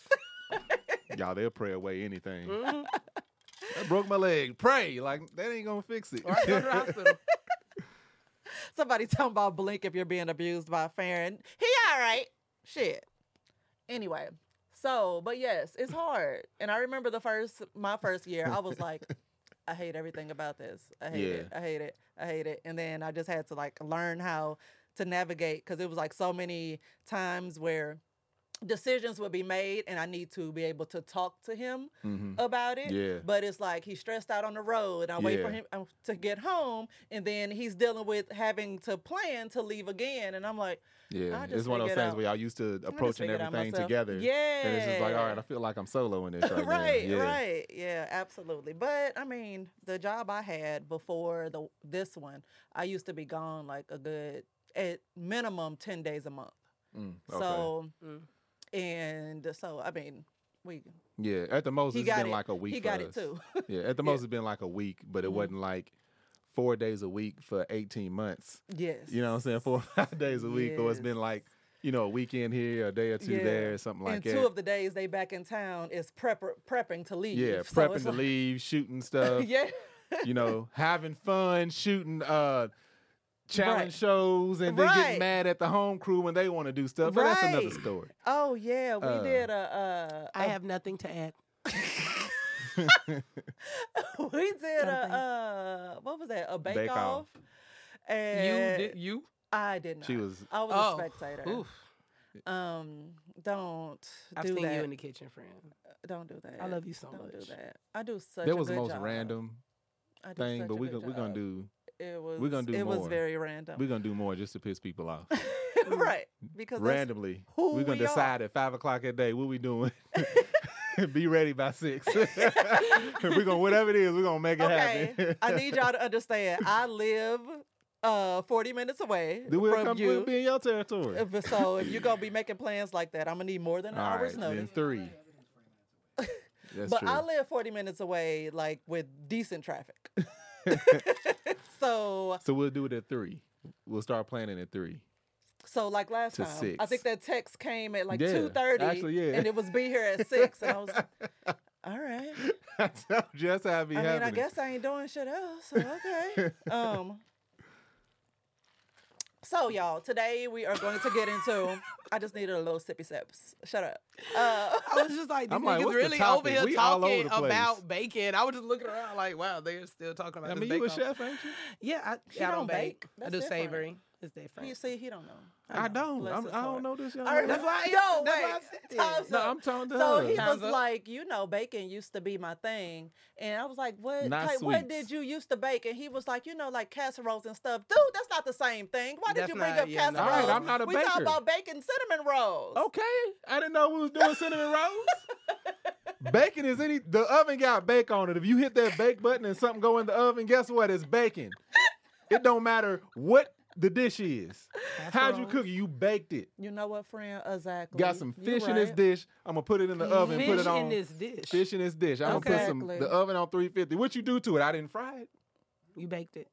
Speaker 2: y'all. They'll pray away anything.
Speaker 4: Mm-hmm.
Speaker 2: I broke my leg. Pray. Like that ain't gonna fix it.
Speaker 4: Right, go to the hospital.
Speaker 1: Somebody talking about blink if you're being abused by Farron. He all right. Shit. Anyway, so but yes, it's hard. And I remember the first my first year, I was like, I hate everything about this. I hate it.
Speaker 2: Yeah.
Speaker 1: I hate it. I hate it. And then I just had to like learn how to navigate because it was like so many times where decisions would be made and I need to be able to talk to him
Speaker 2: Mhm.
Speaker 1: about it.
Speaker 2: Yeah.
Speaker 1: But it's like he's stressed out on the road, and I wait for
Speaker 2: Yeah.
Speaker 1: him um, to get home, and then he's dealing with having to plan to leave again, and I'm like,
Speaker 2: Yeah,
Speaker 1: just
Speaker 2: it's one
Speaker 1: figured
Speaker 2: of those things
Speaker 1: out-
Speaker 2: where y'all used to approaching
Speaker 1: figured out
Speaker 2: everything
Speaker 1: myself.
Speaker 2: together. and it's just like, all right,
Speaker 1: Yeah.
Speaker 2: I feel like I'm solo in this right, now.
Speaker 1: right,
Speaker 2: Yeah.
Speaker 1: right, yeah, absolutely. But I mean, the job I had before the this one, I used to be gone like a good at minimum ten days a month.
Speaker 2: Mm, okay.
Speaker 1: So,
Speaker 4: Mm.
Speaker 1: and so I mean, we
Speaker 2: yeah, at the most
Speaker 1: he
Speaker 2: it's
Speaker 1: got
Speaker 2: been
Speaker 1: it.
Speaker 2: like a week.
Speaker 1: he
Speaker 2: for
Speaker 1: got it
Speaker 2: us.
Speaker 1: too. Mm-hmm.
Speaker 2: Yeah, at the most it's been like a week, but it wasn't like four days a week for 18 months.
Speaker 1: yes,
Speaker 2: You know what I'm saying? Four or five days a week, or it's been
Speaker 1: Yes.
Speaker 2: like you know a weekend here, a day or two
Speaker 1: Yeah.
Speaker 2: there, something like
Speaker 1: and
Speaker 2: that.
Speaker 1: two of the days they back in town is prepper, prepping to leave.
Speaker 2: yeah,
Speaker 1: So
Speaker 2: prepping
Speaker 1: it's
Speaker 2: to
Speaker 1: like-
Speaker 2: leave, shooting stuff.
Speaker 1: yeah.
Speaker 2: you know, having fun, shooting uh challenge
Speaker 1: Right.
Speaker 2: shows, and then
Speaker 1: Right.
Speaker 2: getting mad at the home crew when they want to do stuff. But that's another
Speaker 1: Right.
Speaker 2: story.
Speaker 1: Oh yeah, we
Speaker 2: Uh,
Speaker 1: did a. Uh,
Speaker 4: I have nothing to add.
Speaker 1: we did
Speaker 4: something.
Speaker 1: a. Uh, what was that? A bake,
Speaker 2: Bake
Speaker 1: off.
Speaker 2: Off.
Speaker 1: And
Speaker 4: you did you?
Speaker 1: I did not.
Speaker 2: She was-
Speaker 1: I was
Speaker 4: Oh,
Speaker 1: a spectator.
Speaker 4: Oof.
Speaker 1: Um, don't
Speaker 4: I've
Speaker 1: do
Speaker 4: seen
Speaker 1: that.
Speaker 4: you in the kitchen, friend.
Speaker 1: don't do that.
Speaker 4: I love you so
Speaker 1: don't
Speaker 4: much.
Speaker 1: do that. I do such.
Speaker 2: that
Speaker 1: a
Speaker 2: was the
Speaker 1: good
Speaker 2: most
Speaker 1: job.
Speaker 2: random
Speaker 1: I do
Speaker 2: thing,
Speaker 1: such
Speaker 2: but
Speaker 1: a
Speaker 2: we
Speaker 1: good
Speaker 2: go- we're gonna
Speaker 1: job.
Speaker 2: do
Speaker 1: It was.
Speaker 2: gonna do
Speaker 1: It was
Speaker 2: more.
Speaker 1: very random.
Speaker 2: we're gonna do more just to piss people off
Speaker 1: right. Because that's
Speaker 2: randomly.
Speaker 1: who
Speaker 2: we're gonna
Speaker 1: we are.
Speaker 2: decide at five o'clock at day what we doing. Be ready by six. we're gonna whatever it is, we're gonna make it
Speaker 1: okay.
Speaker 2: happen.
Speaker 1: I need y'all to understand. I live uh 40 minutes away
Speaker 2: Then we'll
Speaker 1: from
Speaker 2: come
Speaker 1: you.
Speaker 2: we'll be in your territory.
Speaker 1: Uh, but So if you're gonna be making plans like that, I'm gonna need more than an
Speaker 2: All
Speaker 1: hour's
Speaker 2: right, then
Speaker 1: notice.
Speaker 2: three. That's
Speaker 1: But
Speaker 2: true.
Speaker 1: I live 40 minutes away, like with decent traffic. so,
Speaker 2: so we'll do it at three. We'll start planning at three.
Speaker 1: so like last
Speaker 2: To
Speaker 1: time, I think
Speaker 2: six.
Speaker 1: that text came at like
Speaker 2: Yeah,
Speaker 1: 2:30,
Speaker 2: actually, yeah.
Speaker 1: and it was be here at six, and I was, like, all right.
Speaker 2: That's how- just how it be
Speaker 1: I mean,
Speaker 2: happening.
Speaker 1: I guess I ain't doing shit else. So okay. um. So y'all, today we are going to get into. I just needed a little sippy sips. Shut up. Uh,
Speaker 4: I was just like, these
Speaker 2: I'm like,
Speaker 4: niggas
Speaker 2: what's the
Speaker 4: really
Speaker 2: topic?
Speaker 4: over here
Speaker 2: We all over
Speaker 4: talking
Speaker 2: the place.
Speaker 4: about bacon. I was just looking around like, wow, they're still talking about
Speaker 2: I
Speaker 4: this
Speaker 2: mean, you a
Speaker 4: bake-off.
Speaker 2: chef, ain't you?
Speaker 4: Yeah, I,
Speaker 1: She
Speaker 4: I
Speaker 1: don't
Speaker 4: don't
Speaker 1: bake.
Speaker 4: bake. I
Speaker 1: That's
Speaker 4: do
Speaker 1: different.
Speaker 4: savory. It's different.
Speaker 1: you see, he don't know.
Speaker 2: I don't.
Speaker 1: Bless
Speaker 2: I'm,
Speaker 1: his
Speaker 2: I
Speaker 1: heart.
Speaker 2: don't know this young
Speaker 1: I
Speaker 2: lady.
Speaker 4: That's why I
Speaker 1: no,
Speaker 4: asked- that's why I
Speaker 1: wait.
Speaker 4: said it.
Speaker 1: Time's
Speaker 2: No,
Speaker 1: up.
Speaker 2: I'm talking to
Speaker 1: So
Speaker 2: her.
Speaker 1: he was
Speaker 4: Time's up.
Speaker 1: like, you know, bacon used to be my thing, and I was like, what?
Speaker 2: Not
Speaker 1: like, what
Speaker 2: sweets.
Speaker 1: did you used to bake? And he was like, you know, like casseroles and stuff. Dude, that's not the same thing. Why did
Speaker 4: That's
Speaker 1: you bring
Speaker 4: not-
Speaker 1: up
Speaker 4: yeah,
Speaker 1: casseroles?
Speaker 4: no. All
Speaker 2: right, I'm not a
Speaker 1: we talk
Speaker 2: baker. Oh.
Speaker 1: about bacon cinnamon rolls.
Speaker 2: okay, I didn't know we was doing cinnamon rolls. bacon is any. The oven got bake on it. If you hit that bake button and something go in the oven, guess what? It's bacon. It don't matter what the dish is. How'd you
Speaker 4: Casseroles.
Speaker 2: cook it? You baked it.
Speaker 1: You know what, friend? Exactly.
Speaker 2: Got some
Speaker 1: You
Speaker 2: fish in this
Speaker 1: right.
Speaker 2: dish. I'm gonna put it in the oven.
Speaker 4: Fish
Speaker 2: put it on
Speaker 4: in this dish.
Speaker 2: fish in this dish. I'm gonna put some
Speaker 1: Exactly.
Speaker 2: the oven on 350. What you do to it? I didn't fry it.
Speaker 4: You baked it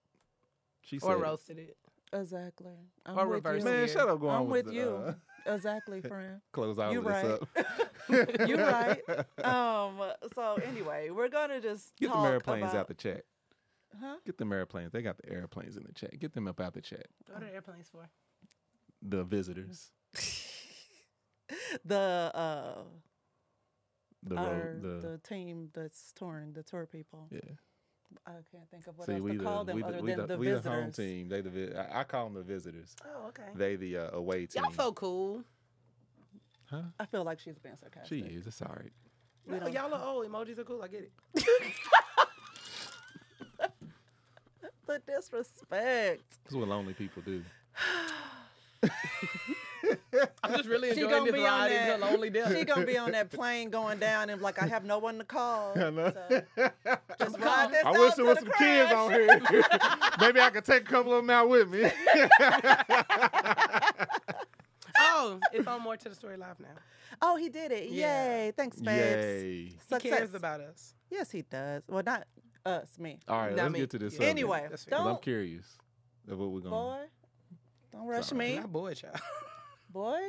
Speaker 2: She
Speaker 4: or
Speaker 2: said it.
Speaker 4: roasted it.
Speaker 1: Exactly. I'm
Speaker 4: Or
Speaker 1: with
Speaker 4: reverse
Speaker 1: you.
Speaker 4: it.
Speaker 2: Man, shut up. Go
Speaker 1: I'm
Speaker 2: on
Speaker 1: with
Speaker 2: the,
Speaker 1: you.
Speaker 2: uh,
Speaker 1: Exactly, friend.
Speaker 2: close all
Speaker 1: You
Speaker 2: of this
Speaker 1: right.
Speaker 2: up.
Speaker 1: You're right. Um. So anyway, we're gonna just
Speaker 2: Get
Speaker 1: talk
Speaker 2: the airplanes
Speaker 1: about
Speaker 2: out the chat.
Speaker 1: Huh?
Speaker 2: Get them airplanes. They got the airplanes in the chat. Get them up out the chat.
Speaker 4: What are airplanes for?
Speaker 2: The visitors.
Speaker 1: the uh
Speaker 2: The
Speaker 1: our,
Speaker 2: road.
Speaker 1: the,
Speaker 2: The,
Speaker 1: team that's touring the tour people.
Speaker 2: yeah.
Speaker 1: I can't think of what
Speaker 2: See,
Speaker 1: else
Speaker 2: we
Speaker 1: to
Speaker 2: the,
Speaker 1: call them
Speaker 2: we the,
Speaker 1: other
Speaker 2: we
Speaker 1: than
Speaker 2: the,
Speaker 1: the,
Speaker 2: we the
Speaker 1: visitors.
Speaker 2: home team. They the vi- I, I call them the visitors.
Speaker 4: Oh, okay.
Speaker 2: They the uh, away team.
Speaker 4: Y'all so cool.
Speaker 2: huh?
Speaker 1: I feel like she's being sarcastic.
Speaker 2: She is. It's all right.
Speaker 4: No,
Speaker 1: don't-
Speaker 4: y'all are old. Emojis are cool. I get it.
Speaker 1: The disrespect.
Speaker 2: That's what lonely people do.
Speaker 4: I'm just really
Speaker 1: She
Speaker 4: enjoying
Speaker 1: gonna
Speaker 4: this
Speaker 1: be on
Speaker 4: ride
Speaker 1: that.
Speaker 4: until lonely death.
Speaker 1: She gonna be on that plane going down and like I have no one to call.
Speaker 2: I know.
Speaker 1: So just ride this
Speaker 2: I
Speaker 1: out
Speaker 2: wish
Speaker 1: to
Speaker 2: there was
Speaker 1: the
Speaker 2: some
Speaker 1: crash.
Speaker 2: kids on here. Maybe I could take a couple of them out with me.
Speaker 4: oh, Oh, it's on more to the story live now.
Speaker 1: Oh, he did it.
Speaker 4: Yeah.
Speaker 1: Yay. Thanks, babes.
Speaker 2: Yay.
Speaker 1: Success.
Speaker 4: He cares about us.
Speaker 1: Yes, he does. Well, not us, me.
Speaker 2: All right,
Speaker 4: Not
Speaker 2: let's
Speaker 4: me.
Speaker 2: get to this.
Speaker 4: Yeah.
Speaker 2: subject,
Speaker 1: Anyway,
Speaker 4: That's fair.
Speaker 2: 'cause
Speaker 1: don't
Speaker 2: I'm curious of what we're going.
Speaker 1: boy. Don't rush
Speaker 2: Sorry.
Speaker 1: me,
Speaker 4: Not boy, child.
Speaker 1: boy.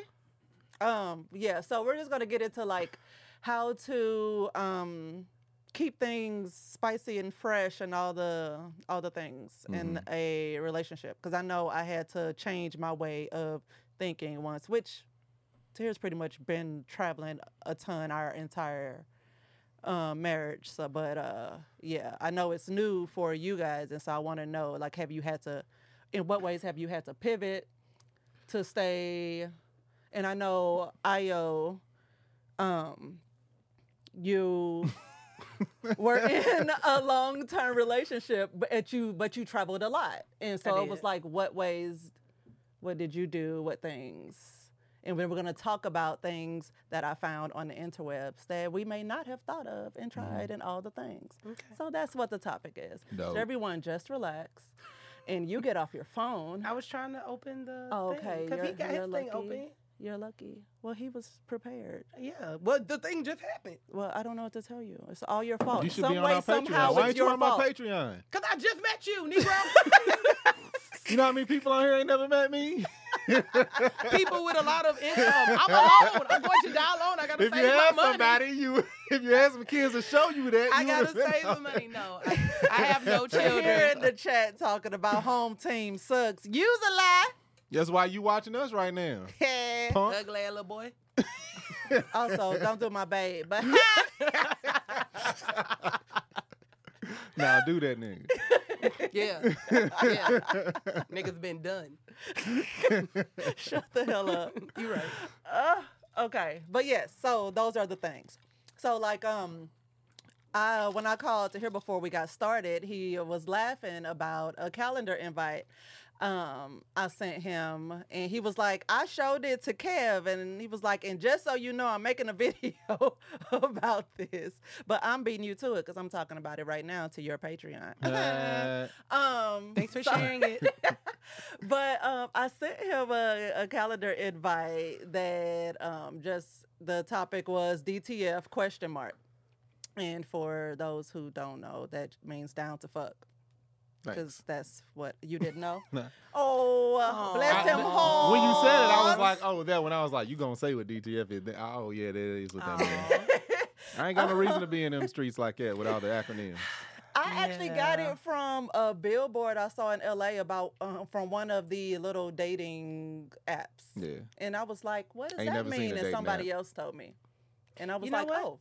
Speaker 1: Um, yeah. So we're just gonna get into like how to um keep things spicy and fresh and all the all the things in a relationship because I know I had to change my way of thinking once, which Tahir's pretty much been traveling a ton our entire uh, marriage. So, but uh, yeah, I know it's new for you guys, and so I want to know, like, have you had to, in what ways have you had to pivot to stay? And I know Io, um, you were in a long-term relationship, but at you, but you traveled a lot, and so it was
Speaker 4: did.
Speaker 1: like, what ways? What did you do? What things? And we we're going to talk about things that I found on the interwebs that we may not have thought of and tried and all the things. So that's what the topic is.
Speaker 2: Dope.
Speaker 1: Should everyone just relax and you get off your phone.
Speaker 4: I was trying to open the
Speaker 1: Oh,
Speaker 4: thing
Speaker 1: okay.
Speaker 4: because he
Speaker 1: you're-
Speaker 4: got
Speaker 1: you're
Speaker 4: his thing
Speaker 1: lucky.
Speaker 4: open.
Speaker 1: You're lucky. Well, he was prepared.
Speaker 4: Yeah, well, the thing just happened
Speaker 1: Well, I don't know what to tell you. It's all your fault.
Speaker 2: You should
Speaker 1: Some
Speaker 2: be on
Speaker 1: way,
Speaker 2: our
Speaker 1: somehow,
Speaker 2: Patreon. Why
Speaker 1: it's
Speaker 2: ain't you
Speaker 1: your
Speaker 2: on
Speaker 1: fault.
Speaker 2: my Patreon?
Speaker 4: because I just met you, Negro.
Speaker 2: You know how many people on here ain't never met me?
Speaker 4: People with a lot of income. I'm alone. I'm going to die alone. I gotta
Speaker 2: if
Speaker 4: save
Speaker 2: you
Speaker 4: my
Speaker 2: had
Speaker 4: money.
Speaker 2: somebody, you if you had some kids to show you that,
Speaker 4: I
Speaker 2: you
Speaker 4: gotta
Speaker 2: would've been
Speaker 4: save the
Speaker 2: on-
Speaker 4: money. No, I, I have no
Speaker 1: Here
Speaker 4: children.
Speaker 1: in the chat talking about home team sucks. Use a lie.
Speaker 2: That's why you watching us right now. Punk.
Speaker 4: Ugly ass little boy.
Speaker 1: also, don't do my babe. But
Speaker 2: Now do that nigga.
Speaker 4: Yeah, yeah. Niggas been done.
Speaker 1: shut the hell up.
Speaker 4: You right.
Speaker 1: Uh, okay, but yes. So those are the things. So like um, I when I called to hear before we got started, he was laughing about a calendar invite. Um, I sent him, and he was like, "I showed it to Kev," and he was like, "And just so you know, I'm making a video about this, but I'm beating you to it because I'm talking about it right now to your Patreon."
Speaker 2: Uh,
Speaker 1: um,
Speaker 4: Thanks for sharing it.
Speaker 1: but um, I sent him a, a calendar invite that um, just the topic was DTF question mark. And for those who don't know, that means down to fuck.
Speaker 2: thanks.
Speaker 1: Because that's what you didn't know.
Speaker 2: Nah.
Speaker 1: Oh,
Speaker 4: Aw.
Speaker 1: bless him
Speaker 4: I-
Speaker 1: home.
Speaker 2: When you said it, I was like, oh, that when I was like, you gonna say what DTF is? Oh yeah, that is what that is. I ain't got no reason to be in them streets like that with all the acronyms.
Speaker 1: I actually got
Speaker 4: Yeah.
Speaker 1: it from a billboard I saw in LA about um, from one of the little dating apps.
Speaker 2: Yeah.
Speaker 1: And I was like, what does
Speaker 2: Ain't
Speaker 1: that
Speaker 2: never seen a
Speaker 1: mean? And
Speaker 2: dating
Speaker 1: somebody else told me. And I was
Speaker 4: know
Speaker 1: like,
Speaker 4: what?
Speaker 1: oh.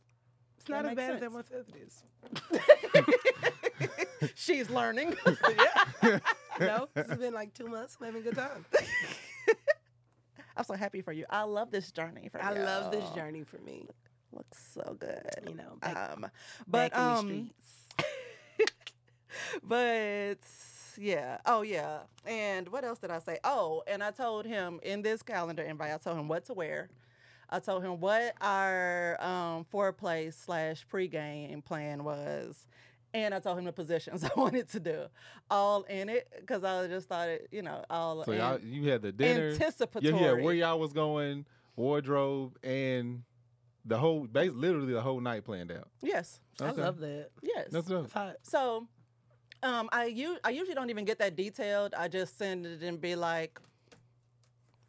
Speaker 4: It's not
Speaker 1: That
Speaker 4: as
Speaker 1: makes
Speaker 4: bad as
Speaker 1: sense.
Speaker 4: everyone says it is.
Speaker 1: She's learning.
Speaker 4: No, it's been like two months. We're having a good time.
Speaker 1: I'm so happy for you. I love this journey for
Speaker 4: I
Speaker 1: you.
Speaker 4: love this journey for me.
Speaker 1: Looks so good.
Speaker 4: You know, back,
Speaker 1: Um,
Speaker 4: but
Speaker 1: but
Speaker 4: back in the
Speaker 1: um,
Speaker 4: streets.
Speaker 1: but yeah. Oh yeah. And what else did I say? Oh, and I told him in this calendar invite, I told him what to wear. I told him what our um, foreplay slash pregame plan was. And I told him the positions I wanted to do, all in it, because I just thought it, you know, all
Speaker 2: So
Speaker 1: in-
Speaker 2: y'all, you had the dinner.
Speaker 1: anticipatory.
Speaker 2: Yeah, yeah. Where y'all was going, wardrobe, and the whole, bas literally the whole night planned out.
Speaker 1: Yes,
Speaker 2: Okay.
Speaker 4: I love that.
Speaker 1: yes.
Speaker 2: That's dope.
Speaker 4: It's hot.
Speaker 1: So, um, I u- I usually don't even get that detailed. I just send it and be like,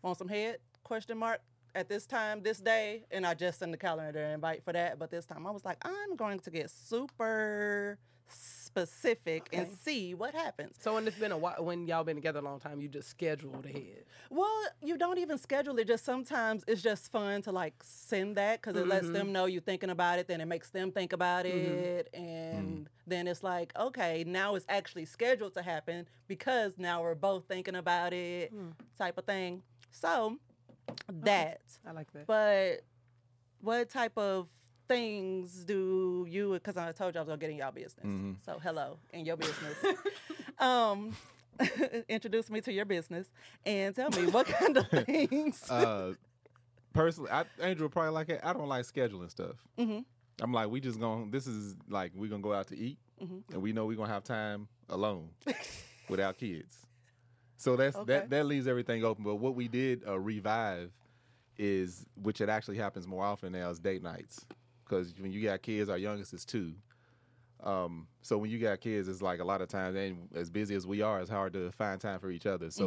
Speaker 1: "Want some head?" Question mark at this time, this day, and I just send the calendar invite for that. But this time, I was like, I'm going to get super specific and
Speaker 4: Okay.
Speaker 1: see what happens.
Speaker 4: So when it's been a while, when y'all been together a long time, you just scheduled ahead.
Speaker 1: Well, you don't even schedule it. Just sometimes it's just fun to like send that because it lets them know you're thinking about it. Then it makes them think about it, and then it's like, okay, now it's actually scheduled to happen because now we're both thinking about it, type of thing. So that.
Speaker 4: I like that.
Speaker 1: But what type of things do you? Because I told you I was gonna get in y'all business.
Speaker 2: Mm-hmm.
Speaker 1: So hello in your business. um, introduce me to your business and tell me what kind of things.
Speaker 2: Uh, personally, I, Andrew would probably like it. I don't like scheduling stuff.
Speaker 1: Mm-hmm.
Speaker 2: I'm like, we just going. to This is like we gonna go out to eat,
Speaker 1: Mm-hmm.
Speaker 2: and we know we gonna have time alone without kids. So that's
Speaker 1: Okay.
Speaker 2: that. That leaves everything open. But what we did uh, revive is which it actually happens more often now is date nights because when you got kids, our youngest is two. Um, so when you got kids, it's like a lot of times, and as busy as we are, it's hard to find time for each other. So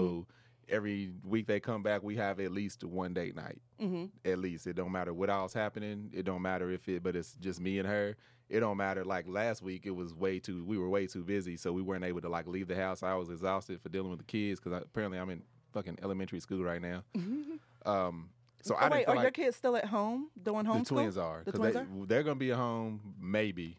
Speaker 1: Mm-hmm.
Speaker 2: every week they come back, we have at least one date night.
Speaker 1: Mhm.
Speaker 2: At least it don't matter what all's happening. It don't matter if it, but it's just me and her. It don't matter. Like last week, it was way too. We were way too busy, so we weren't able to like leave the house. I was exhausted for dealing with the kids because apparently I'm in fucking elementary school right now. um, so I
Speaker 1: Oh,
Speaker 2: didn't
Speaker 1: wait,
Speaker 2: feel
Speaker 1: are your
Speaker 2: like-
Speaker 1: kids still at home doing homeschool?
Speaker 2: the twins are
Speaker 1: The
Speaker 2: 'cause
Speaker 1: twins
Speaker 2: they,
Speaker 1: are?
Speaker 2: They're gonna be at home maybe.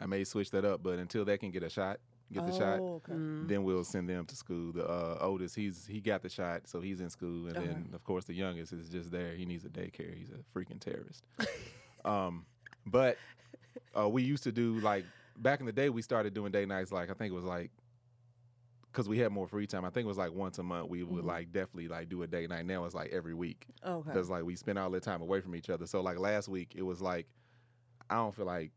Speaker 2: I may switch that up, but until they can get a shot, get the shot,
Speaker 1: Oh, okay.
Speaker 2: then we'll send them to school. The uh, oldest, he's he got the shot, so he's in school, and
Speaker 1: Okay.
Speaker 2: then of course the youngest is just there. He needs a daycare. He's a freaking terrorist. um, but uh, we used to do like back in the day. We started doing day nights. Like I think it was like because we had more free time. I think it was like once a month. We would
Speaker 1: Mhm.
Speaker 2: like definitely like do a day night. Now it's like every week
Speaker 1: Okay.
Speaker 2: because like we spend all the time away from each other. So like last week, it was like I don't feel like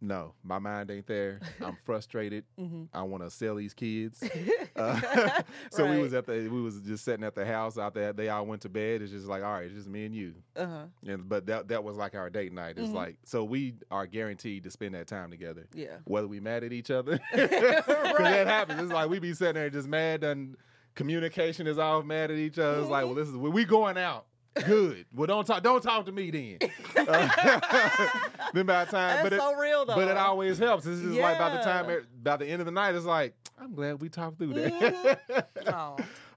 Speaker 2: no, my mind ain't there. I'm frustrated.
Speaker 1: Mhm.
Speaker 2: I want to sell these kids. Uh, so we was
Speaker 1: Right.
Speaker 2: at the we was just sitting at the house out there. They all went to bed. It's just like all right, it's just me and you.
Speaker 1: Uh-huh.
Speaker 2: And but that that was like our date night. It's
Speaker 1: Mhm.
Speaker 2: like so we are guaranteed to spend that time together
Speaker 1: Yeah.
Speaker 2: whether we mad at each other. 'Cause that happens. It's like we be sitting there just mad and communication is all mad at each other. It's like,
Speaker 1: Mm-hmm.
Speaker 2: well, this is we going out. Good. Well, don't talk. Don't talk to me then. Uh, then by the time,
Speaker 1: That's
Speaker 2: but it,
Speaker 1: so real though.
Speaker 2: but it always helps. It's just like by the time,
Speaker 1: Yeah.
Speaker 2: it- by the end of the night, it's like I'm glad we talked through that.
Speaker 1: Mm-hmm.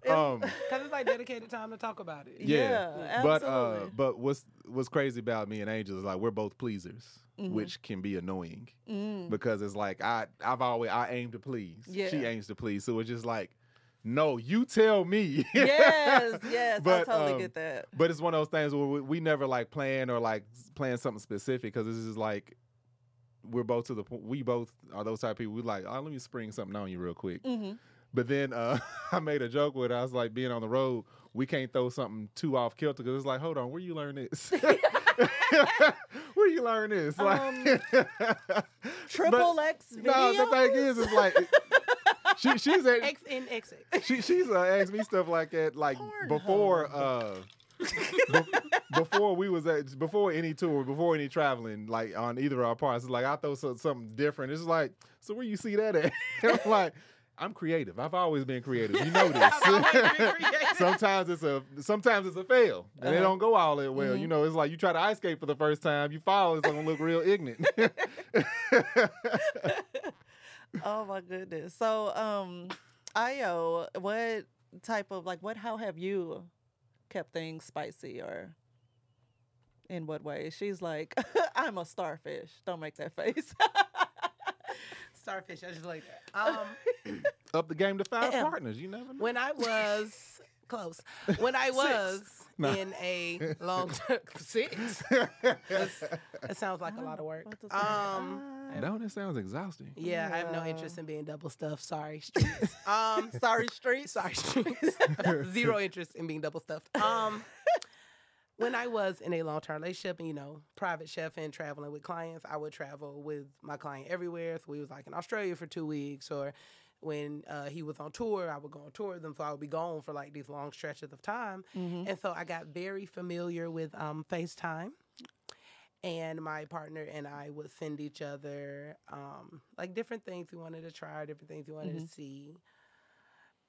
Speaker 4: Oh,
Speaker 2: um,
Speaker 4: because it's like dedicated time to talk about it.
Speaker 2: yeah,
Speaker 1: Yeah,
Speaker 2: but uh,
Speaker 1: absolutely.
Speaker 2: but what's what's crazy about me and Angel is like we're both pleasers,
Speaker 1: Mhm.
Speaker 2: which can be annoying
Speaker 1: Mm.
Speaker 2: because it's like I I've always I aim to please.
Speaker 1: Yeah.
Speaker 2: She aims to please. So it's just like, no, you tell me.
Speaker 1: yes, yes,
Speaker 2: But,
Speaker 1: I totally
Speaker 2: um,
Speaker 1: get that.
Speaker 2: But it's one of those things where we, we never like plan or like s- plan something specific because this is like we're both to the point. We both are those type of people. We like, oh, let me spring something on you real quick.
Speaker 1: Mhm.
Speaker 2: But then uh, I made a joke with her. I was like, being on the road, we can't throw something too off kilter because it's like, hold on, where you learn this? where you learn this? Like,
Speaker 1: Um, Triple X video.
Speaker 2: no, the thing is, it's like she, she's at,
Speaker 4: X in X.
Speaker 2: she, she's uh, asked me stuff like that, like
Speaker 1: Pornhub.
Speaker 2: before uh, be- before we was at before any tour, before any traveling, like on either of our parts. It's like I throw so, something different. It's like, so where you see that at? I'm like, I'm creative. I've always been creative. You know this. sometimes it's a sometimes it's a fail and it
Speaker 1: Uh-huh.
Speaker 2: don't go all that well. You know, it's like you try to ice skate for the first time, you fall, it's gonna look real ignorant.
Speaker 1: oh my goodness. So, um, Io, what type of like what? How have you kept things spicy or? In what way? She's like, I'm a starfish. Don't make that face.
Speaker 4: Starfish. I just like that. Um,
Speaker 2: Up the game to five
Speaker 4: Ahem.
Speaker 2: partners. You never know.
Speaker 4: when I was close, when I was
Speaker 2: No.
Speaker 4: in a long term six, That's- that sounds like a lot of work.
Speaker 1: What does that-
Speaker 4: Um,
Speaker 1: Ah.
Speaker 2: No, that sounds exhausting.
Speaker 4: yeah, I have no
Speaker 1: Yeah.
Speaker 4: interest in being double stuffed. Sorry, streets. Um,
Speaker 1: Sorry, streets.
Speaker 4: sorry, streets. Zero interest in being double stuffed. Um, when I was in a long term relationship and you know private chef and traveling with clients, I would travel with my client everywhere. So we was like in Australia for two weeks, or when uh, he was on tour, I would go on tour with him. So I would be gone for like these long stretches of time,
Speaker 1: Mm-hmm.
Speaker 4: and so I got very familiar with um, FaceTime. And my partner and I would send each other um, like different things we wanted to try, different things we wanted to see.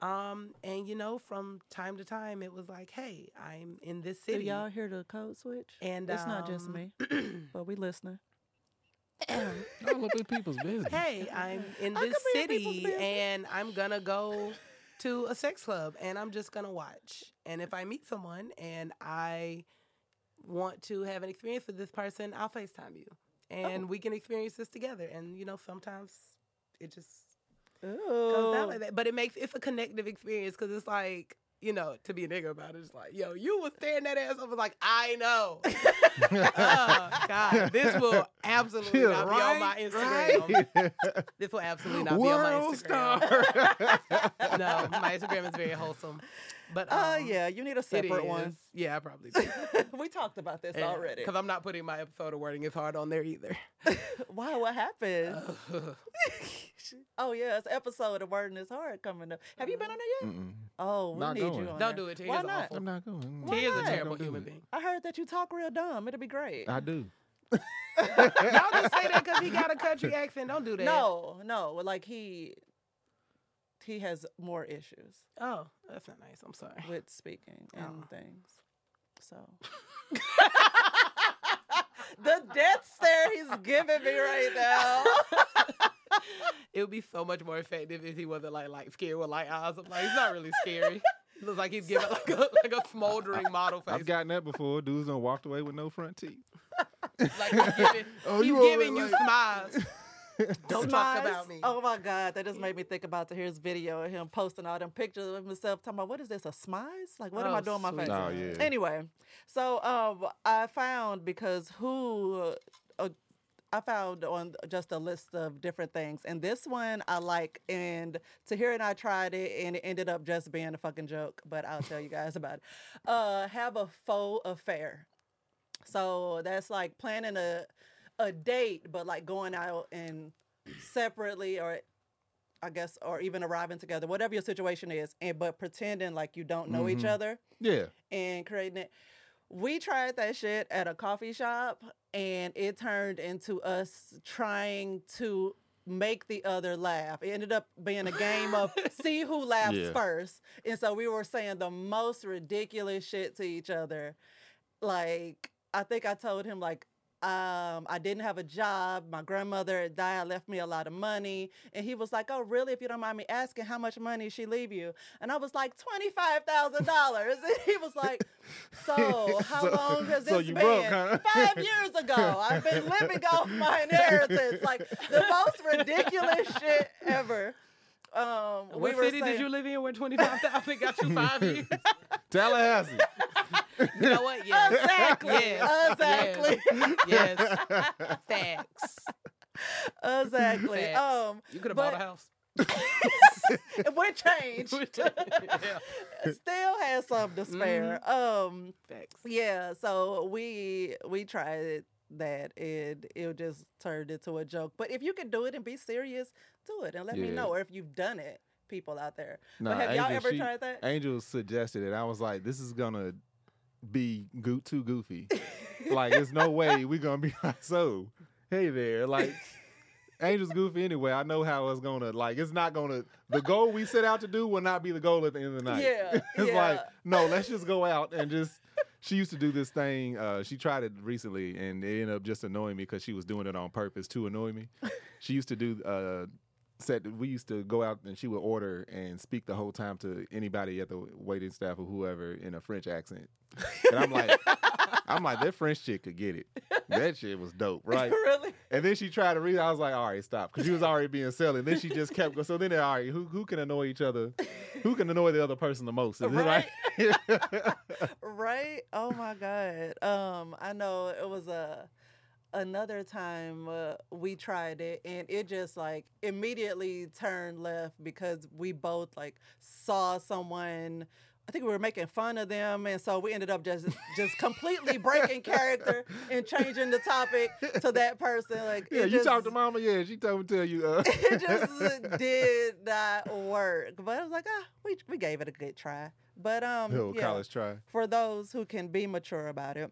Speaker 4: Um, and you know, from time to time, it was like, "Hey, I'm in this
Speaker 1: Do
Speaker 4: city."
Speaker 1: y'all hear the code switch?
Speaker 4: And,
Speaker 1: it's not just
Speaker 4: um,
Speaker 1: me, but we listening.
Speaker 2: All up in people's business.
Speaker 4: hey, I'm in
Speaker 1: I
Speaker 4: this
Speaker 1: come in people's
Speaker 4: city
Speaker 1: business.
Speaker 4: and I'm gonna go to a sex club and I'm just gonna watch. And if I meet someone and I want to have an experience with this person, I'll FaceTime you
Speaker 2: Oh.
Speaker 4: and we can experience this together. And you know, sometimes it just goes
Speaker 2: Oh.
Speaker 4: down like that. But it makes it's a connective experience because it's like. You know, to be a nigga about it, it's like, yo, you was staring that ass. I was like, I know. oh, God, this will absolutely
Speaker 2: Yeah,
Speaker 4: not be on my
Speaker 2: right,
Speaker 4: Instagram.
Speaker 2: right?
Speaker 4: This will absolutely not
Speaker 2: World
Speaker 4: be on my Instagram.
Speaker 2: star.
Speaker 4: no, my Instagram is very wholesome. But um,
Speaker 1: Oh yeah, you need a
Speaker 4: it
Speaker 1: separate one.
Speaker 4: is. Yeah, I probably do.
Speaker 1: we talked about this already.
Speaker 4: Because I'm not putting my episode of wording is hard on there either.
Speaker 1: Wow, what happened?
Speaker 4: shit.
Speaker 1: Oh yeah, it's episode of Wording is Hard coming up. Have you been on there yet?
Speaker 2: Mm-mm.
Speaker 1: Oh, we
Speaker 2: Mm. Not
Speaker 1: need
Speaker 2: going.
Speaker 1: you on
Speaker 4: Uh-huh. Don't
Speaker 1: there.
Speaker 4: do it. He
Speaker 1: Why
Speaker 4: is
Speaker 1: not?
Speaker 4: awful.
Speaker 2: I'm not going.
Speaker 1: Why
Speaker 4: He is a
Speaker 1: not?
Speaker 4: terrible
Speaker 2: Don't do
Speaker 4: human
Speaker 2: it.
Speaker 4: being.
Speaker 1: I heard that you talk real dumb. It'll be great.
Speaker 2: I do.
Speaker 4: Y'all just say that because he got a country accent. Don't do that.
Speaker 1: No, no, like he he has more issues
Speaker 4: Oh, that's not nice. I'm sorry.
Speaker 1: with speaking
Speaker 4: Oh.
Speaker 1: and things. So the death stare he's giving me right now.
Speaker 4: It would be so much more effective if he wasn't like like scared with light eyes. I'm like, it's not really scary. It looks like he's giving like a like a smoldering model face.
Speaker 2: I've gotten that before. Dudes done walked away with no front teeth.
Speaker 4: like he's giving,
Speaker 2: Oh,
Speaker 4: he's
Speaker 2: you over
Speaker 4: giving you
Speaker 2: like-
Speaker 4: smiles. Don't talk
Speaker 1: Smiles.
Speaker 4: about me.
Speaker 1: Oh my God, that just made me think about to hear his video of him posting all them pictures of himself talking about what is this, a smize? Like what am
Speaker 4: Oh,
Speaker 1: I doing with my face?
Speaker 4: sweet.
Speaker 2: Oh, yeah.
Speaker 1: Anyway, so um I found because who uh, I found on just a list of different things, and this one I like. And Tahir and I tried it, and it ended up just being a fucking joke. But I'll tell you guys about it. Uh, have a faux affair. So that's like planning a a date, but like going out and separately, or I guess, or even arriving together, whatever your situation is, and but pretending like you don't know
Speaker 2: Mm-hmm.
Speaker 1: each other
Speaker 2: Yeah.
Speaker 1: and creating it. We tried that shit at a coffee shop and it turned into us trying to make the other laugh. It ended up being a game of see who laughs
Speaker 2: Yeah.
Speaker 1: first. And so we were saying the most ridiculous shit to each other. Like, I think I told him, like, um, I didn't have a job. My grandmother had died, left me a lot of money. And he was like, Oh, really? If you don't mind me asking, how much money did she leave you? And I was like, $25,000. And he was like, So, how
Speaker 2: So-
Speaker 1: long has
Speaker 2: so
Speaker 1: this
Speaker 2: you
Speaker 1: been?
Speaker 2: broke, huh?
Speaker 1: Five years ago. I've been living off my inheritance. Like the most ridiculous shit ever. Um, we
Speaker 4: what
Speaker 1: were
Speaker 4: city
Speaker 1: saying-
Speaker 4: did you live in where 25,000 got you five years?
Speaker 2: Tallahassee.
Speaker 4: You know what? Yes.
Speaker 1: Exactly.
Speaker 4: Yes.
Speaker 1: Exactly.
Speaker 4: Yes. Facts.
Speaker 1: Exactly.
Speaker 4: Facts.
Speaker 1: Um,
Speaker 4: You could have
Speaker 1: but
Speaker 4: bought a house.
Speaker 1: We're changed.
Speaker 4: yeah.
Speaker 1: Still has some to spare.
Speaker 2: Mm-hmm.
Speaker 1: Um,
Speaker 4: Facts.
Speaker 1: yeah. So we we tried that, and it just turned into a joke. But if you can do it and be serious, do it, and let me
Speaker 2: Yeah.
Speaker 1: know. Or if you've done it, people out there.
Speaker 2: Nah,
Speaker 1: but have y'all
Speaker 2: Angel,
Speaker 1: ever
Speaker 2: she-
Speaker 1: tried that?
Speaker 2: Angel suggested it. I was like, this is gonna be goo- too goofy. like, there's no way we're gonna be like, so, hey there, like. Angel's goofy anyway. I know how it's gonna like. It's not gonna. The goal we set out to do will not be the goal at the end of the night.
Speaker 1: Yeah,
Speaker 2: it's
Speaker 1: yeah.
Speaker 2: like no. Let's just go out and just. She used to do this thing. Uh, she tried it recently, and it ended up just annoying me because she was doing it on purpose to annoy me. She used to do uh, said that we used to go out and she would order and speak the whole time to anybody at the waiting staff or whoever in a French accent. And I'm like, I'm like, that French chick could get it. That shit was dope, right?
Speaker 1: really?
Speaker 2: And then she tried to read. I was like, all right, stop, because she was already being silly. And then she just kept going. So then, all right, who who can annoy each other? Who can annoy the other person the most? Is it
Speaker 1: Right.
Speaker 2: right?
Speaker 1: Right? Oh my god. Um, I know it was a another time uh, we tried it and it just like immediately turned left because we both like saw someone I think we were making fun of them and so we ended up just just completely breaking character and changing the topic to that person like
Speaker 2: yeah,
Speaker 1: it
Speaker 2: you
Speaker 1: just,
Speaker 2: talk to mama. Yeah, she told me to tell you. Uh,
Speaker 1: it just did not work but I was like ah we we gave it a good try but um
Speaker 2: little
Speaker 1: yeah
Speaker 2: college try.
Speaker 1: for those who can be mature about it.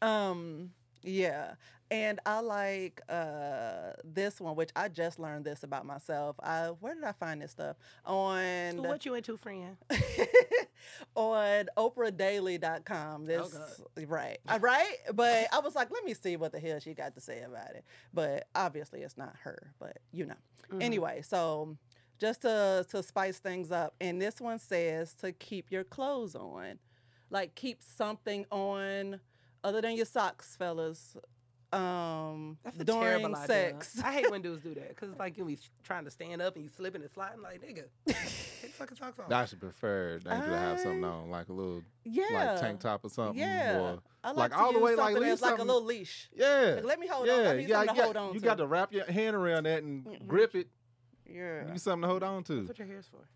Speaker 1: Um, yeah. And I like uh this one, which I just learned this about myself. I where did I find this stuff? On
Speaker 4: What you into, friend?
Speaker 1: on
Speaker 4: Oh,
Speaker 1: oprahdaily.com. This right. Uh, Right? But I was like, let me see what the hell she got to say about it. But obviously it's not her, but you know.
Speaker 4: Mm-hmm.
Speaker 1: Anyway, so just to to spice things up, and this one says to keep your clothes on. Like keep something on other than your socks, fellas. Um
Speaker 4: That's a
Speaker 1: during
Speaker 4: terrible
Speaker 1: sex.
Speaker 4: idea. I hate when dudes do that because it's like you be trying to stand up and you slipping and sliding. Like, nigga, take the fucking socks off.
Speaker 2: I should prefer Angela to have something
Speaker 1: I-
Speaker 2: on, like a little
Speaker 1: Yeah.
Speaker 2: like tank top or something.
Speaker 1: Yeah.
Speaker 2: Or,
Speaker 1: I
Speaker 2: like,
Speaker 1: like, to
Speaker 2: all the
Speaker 1: use
Speaker 2: way, like,
Speaker 1: something
Speaker 2: leave
Speaker 1: that's like a
Speaker 2: something-
Speaker 1: little leash.
Speaker 2: yeah.
Speaker 1: Like, let me hold on.
Speaker 2: yeah,
Speaker 1: I need
Speaker 2: yeah,
Speaker 1: something to
Speaker 2: yeah.
Speaker 1: hold on
Speaker 2: You
Speaker 1: to.
Speaker 2: got to wrap your hand around that and grip it.
Speaker 1: Yeah.
Speaker 2: Give you something to hold on
Speaker 4: That's
Speaker 2: to.
Speaker 4: what your hair's for.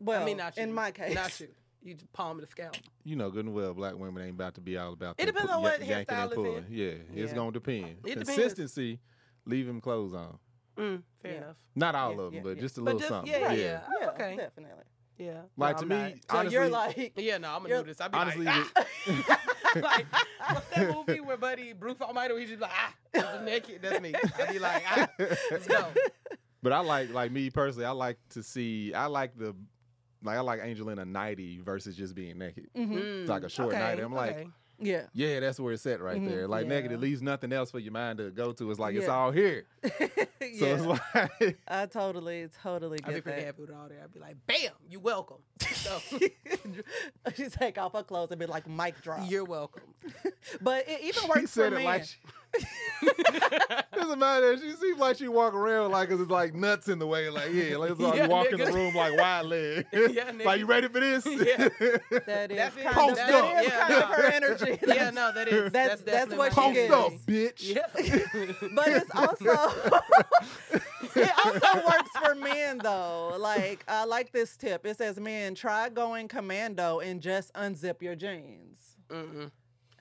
Speaker 1: Well,
Speaker 4: I mean, not you.
Speaker 1: in my case,
Speaker 4: Not you. You just palm the scalp.
Speaker 2: You know good and well, black women ain't about to be all about.
Speaker 4: It
Speaker 2: the
Speaker 4: depends
Speaker 2: pu-
Speaker 4: on what
Speaker 2: yanking and
Speaker 4: hairstyle it's in.
Speaker 2: pulling. Yeah, it's
Speaker 4: Yeah.
Speaker 2: gonna depend.
Speaker 4: It depends.
Speaker 2: Consistency. Leave them clothes on.
Speaker 4: Fair
Speaker 1: Yeah.
Speaker 4: enough.
Speaker 2: Not all
Speaker 1: Yeah,
Speaker 2: of them,
Speaker 1: yeah,
Speaker 2: but
Speaker 1: yeah.
Speaker 2: just a
Speaker 4: But
Speaker 2: little
Speaker 4: just-
Speaker 2: something.
Speaker 4: yeah,
Speaker 2: Yeah,
Speaker 4: yeah. Oh,
Speaker 1: Yeah,
Speaker 4: okay.
Speaker 1: definitely.
Speaker 4: Yeah.
Speaker 2: Like
Speaker 4: No,
Speaker 2: to
Speaker 4: I'm
Speaker 2: me,
Speaker 4: not.
Speaker 1: So
Speaker 2: honestly,
Speaker 1: you're like,
Speaker 4: Yeah, no, I'm a
Speaker 1: You're-
Speaker 4: nudist. I'd be
Speaker 2: honestly,
Speaker 4: like, ah! like, what's that movie where Buddy Bruce Almighty? Where he's just like, ah, just naked. That's me. I'd be like, ah, let's go.
Speaker 2: but I like like me personally. I like to see. I like the like I like Angelina nighty versus just being naked. It's like a short
Speaker 4: Mm-hmm. Okay,
Speaker 2: night. I'm like,
Speaker 4: okay.
Speaker 1: mm-hmm.
Speaker 4: Mm-hmm.
Speaker 1: yeah.
Speaker 2: yeah, that's where it's at right
Speaker 1: Mhm.
Speaker 2: there. Like
Speaker 1: Yeah.
Speaker 2: naked, it leaves nothing else for your mind to go to. It's like it's
Speaker 1: Yeah.
Speaker 2: all here. So
Speaker 1: yeah.
Speaker 2: it's like
Speaker 1: I totally, totally
Speaker 4: I'd be
Speaker 1: get
Speaker 4: pretty
Speaker 1: that.
Speaker 4: happy with all that. I'd be like, bam, you welcome. So,
Speaker 1: she take off her clothes and be like, mic drop.
Speaker 4: you're welcome.
Speaker 1: But it even
Speaker 2: she
Speaker 1: works for
Speaker 2: said it
Speaker 1: men.
Speaker 2: like. She, doesn't matter. She seems like she walk around like it's like nuts in the way. Like yeah, like it's like
Speaker 4: Yeah,
Speaker 2: you walk in
Speaker 4: nigga.
Speaker 2: the room like wide leg.
Speaker 4: Yeah,
Speaker 2: like you
Speaker 4: nigga.
Speaker 2: ready for this?
Speaker 4: Yeah.
Speaker 1: that is
Speaker 4: That's
Speaker 1: kind
Speaker 4: it.
Speaker 1: of,
Speaker 2: Post
Speaker 1: that
Speaker 2: up.
Speaker 1: is
Speaker 4: Yeah,
Speaker 1: kind of
Speaker 4: no.
Speaker 1: her energy.
Speaker 4: Yeah, no, that is.
Speaker 1: That's-
Speaker 4: That's,
Speaker 1: that's
Speaker 4: definitely
Speaker 1: what
Speaker 4: my
Speaker 1: she
Speaker 2: Post
Speaker 1: is.
Speaker 2: up,
Speaker 4: energy.
Speaker 2: bitch.
Speaker 4: Yeah.
Speaker 1: But it's also it also works for men though. Like I like this tip. It says, "Men, try going commando and just unzip your jeans."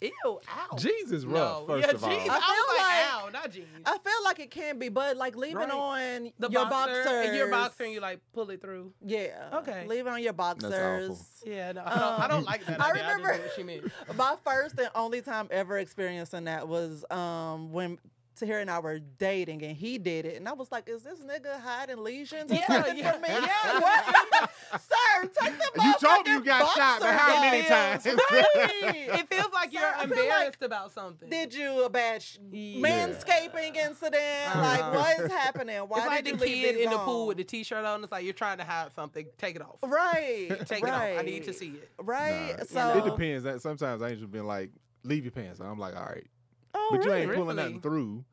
Speaker 4: Ew, ow.
Speaker 2: Jeans is rough.
Speaker 4: No.
Speaker 2: First
Speaker 4: yeah,
Speaker 2: of all,
Speaker 4: jeans.
Speaker 1: I feel
Speaker 4: I
Speaker 1: like-
Speaker 4: was like, ow, not jeans.
Speaker 1: I feel like it can be, but like leaving
Speaker 4: Right.
Speaker 1: on
Speaker 4: The
Speaker 1: your
Speaker 4: boxer, and your boxer, and
Speaker 1: boxers-
Speaker 4: you like pull it through.
Speaker 1: yeah,
Speaker 4: Okay.
Speaker 1: leave on your boxers.
Speaker 4: Yeah, no, I don't, Um, I don't like that.
Speaker 1: I
Speaker 4: idea. I just
Speaker 1: remember-
Speaker 4: knew what she meant.
Speaker 1: My first and only time ever experiencing that was um when Tahir and I were dating and he did it. And I was like, is this nigga hiding lesions or
Speaker 4: Yeah,
Speaker 1: something
Speaker 4: yeah.
Speaker 1: for me? Yeah, what? in the- Sir, take the
Speaker 2: You told me you
Speaker 1: motherfucking
Speaker 2: got shot, but
Speaker 1: boxers
Speaker 2: how
Speaker 1: off.
Speaker 2: many times?
Speaker 1: Right.
Speaker 4: It feels like
Speaker 1: Sir,
Speaker 4: you're
Speaker 1: I feel like-
Speaker 4: embarrassed about something.
Speaker 1: did you a bad sh-
Speaker 4: Yeah.
Speaker 1: manscaping incident? Like,
Speaker 4: Uh-huh.
Speaker 1: what is happening? Why
Speaker 4: it's like
Speaker 1: did
Speaker 4: the
Speaker 1: you leave
Speaker 4: kid
Speaker 1: these
Speaker 4: in the pool
Speaker 1: on?
Speaker 4: with the t-shirt on. It's like you're trying to hide something. Take it off.
Speaker 1: right?
Speaker 4: Take
Speaker 1: right.
Speaker 4: it off. I need to see it.
Speaker 1: Right.
Speaker 2: Nah,
Speaker 1: so
Speaker 2: it depends. That sometimes Angel been like, "Leave your pants." on." I'm like, "All right,"
Speaker 1: Oh,
Speaker 2: but you
Speaker 1: really?
Speaker 2: ain't pulling
Speaker 4: Really?
Speaker 2: nothing through.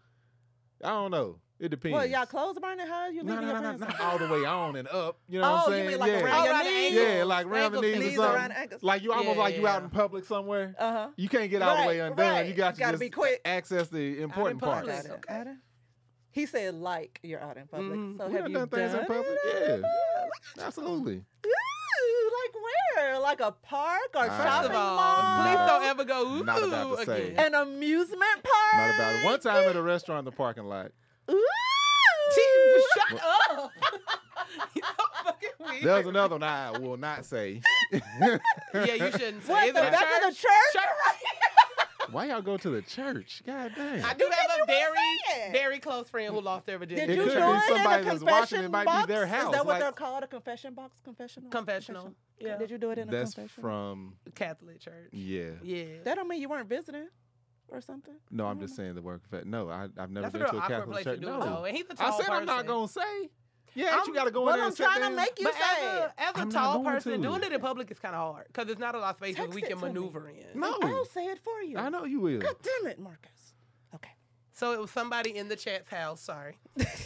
Speaker 2: I don't know. It depends.
Speaker 1: Well, y'all clothes burning. How you leaving
Speaker 2: No, no,
Speaker 1: your
Speaker 2: no, no,
Speaker 1: pants?
Speaker 2: not
Speaker 1: on?
Speaker 2: all the way on and up. You know what
Speaker 1: Oh,
Speaker 2: I'm
Speaker 1: you
Speaker 2: saying?
Speaker 1: mean like
Speaker 2: yeah.
Speaker 1: around your
Speaker 4: Around the
Speaker 1: knees?
Speaker 2: yeah, like around the
Speaker 4: Ankles,
Speaker 2: knees or
Speaker 4: ankles,
Speaker 1: knees
Speaker 2: something.
Speaker 1: around ankles.
Speaker 2: Like you almost like you out in
Speaker 4: Yeah.
Speaker 2: public somewhere.
Speaker 1: Uh huh.
Speaker 2: you can't get all
Speaker 1: Right,
Speaker 2: the way undone.
Speaker 1: right.
Speaker 2: You got to
Speaker 1: Gotta
Speaker 2: just
Speaker 1: be quick.
Speaker 2: access the important parts.
Speaker 4: public.
Speaker 1: Got it,
Speaker 4: okay.
Speaker 1: got it. He said, like you're out in public.
Speaker 4: Mhm.
Speaker 1: So
Speaker 2: Mm-hmm. We
Speaker 1: have
Speaker 2: done
Speaker 1: you
Speaker 2: done things in
Speaker 1: done
Speaker 2: public.
Speaker 1: it?
Speaker 2: Yeah, absolutely.
Speaker 1: Ooh, like where? Like a park or
Speaker 2: First of
Speaker 4: First
Speaker 1: shopping
Speaker 4: of
Speaker 1: mall?
Speaker 4: all,
Speaker 2: Not
Speaker 4: please
Speaker 2: about-
Speaker 4: don't ever go ooh
Speaker 2: not about to say.
Speaker 4: again.
Speaker 1: An amusement park?
Speaker 2: Not about it. One time at a restaurant in the parking lot,
Speaker 1: Ooh.
Speaker 4: T- Shut up. You're fucking weird.
Speaker 2: there was another one I will not say.
Speaker 4: Yeah, you shouldn't say
Speaker 1: What,
Speaker 4: it.
Speaker 1: the
Speaker 4: The
Speaker 1: back
Speaker 4: church-
Speaker 1: of the church?
Speaker 2: Why y'all go to the church? God damn.
Speaker 4: I do
Speaker 1: Because
Speaker 4: have
Speaker 1: you
Speaker 4: a very,
Speaker 1: said.
Speaker 4: very close friend who lost their
Speaker 1: Did
Speaker 4: virginity.
Speaker 2: It
Speaker 1: you
Speaker 2: could be
Speaker 1: join in a
Speaker 2: somebody that's watching, it
Speaker 1: confession
Speaker 2: might be
Speaker 1: box?
Speaker 2: their
Speaker 1: Is
Speaker 2: house,
Speaker 1: that what
Speaker 2: like-
Speaker 1: they're called? A confession box? Confessional?
Speaker 4: Confessional. Yeah.
Speaker 1: Did you do it in
Speaker 2: That's
Speaker 1: a confession?
Speaker 2: from
Speaker 4: Catholic church.
Speaker 2: yeah.
Speaker 4: Yeah.
Speaker 1: That don't mean you weren't visiting or something.
Speaker 2: No,
Speaker 1: I
Speaker 2: I'm
Speaker 1: don't
Speaker 2: just
Speaker 1: know.
Speaker 2: saying the work. Fact. No, I, I've never
Speaker 4: That's a
Speaker 2: been
Speaker 4: real
Speaker 2: to a
Speaker 4: awkward
Speaker 2: Catholic
Speaker 4: place
Speaker 2: church.
Speaker 4: to do it.
Speaker 2: No,
Speaker 4: though. And he's a tall
Speaker 2: I said
Speaker 4: person.
Speaker 2: I'm not gonna say. Yeah, ain't you got to go in
Speaker 1: Well,
Speaker 2: there
Speaker 1: I'm
Speaker 2: and sit
Speaker 1: trying
Speaker 2: down.
Speaker 1: to make you
Speaker 4: But
Speaker 1: say.
Speaker 4: as a, as a
Speaker 2: I'm not
Speaker 4: tall
Speaker 2: going
Speaker 4: person,
Speaker 2: to.
Speaker 4: doing it in public is kind of hard because there's not a lot of spaces
Speaker 1: Text
Speaker 4: we
Speaker 1: it
Speaker 4: can
Speaker 1: to me.
Speaker 4: maneuver in.
Speaker 2: No,
Speaker 1: I'll say it for you.
Speaker 2: I know you will.
Speaker 1: God damn it, Marcus. Okay.
Speaker 4: So it was somebody in the chat's house. Sorry.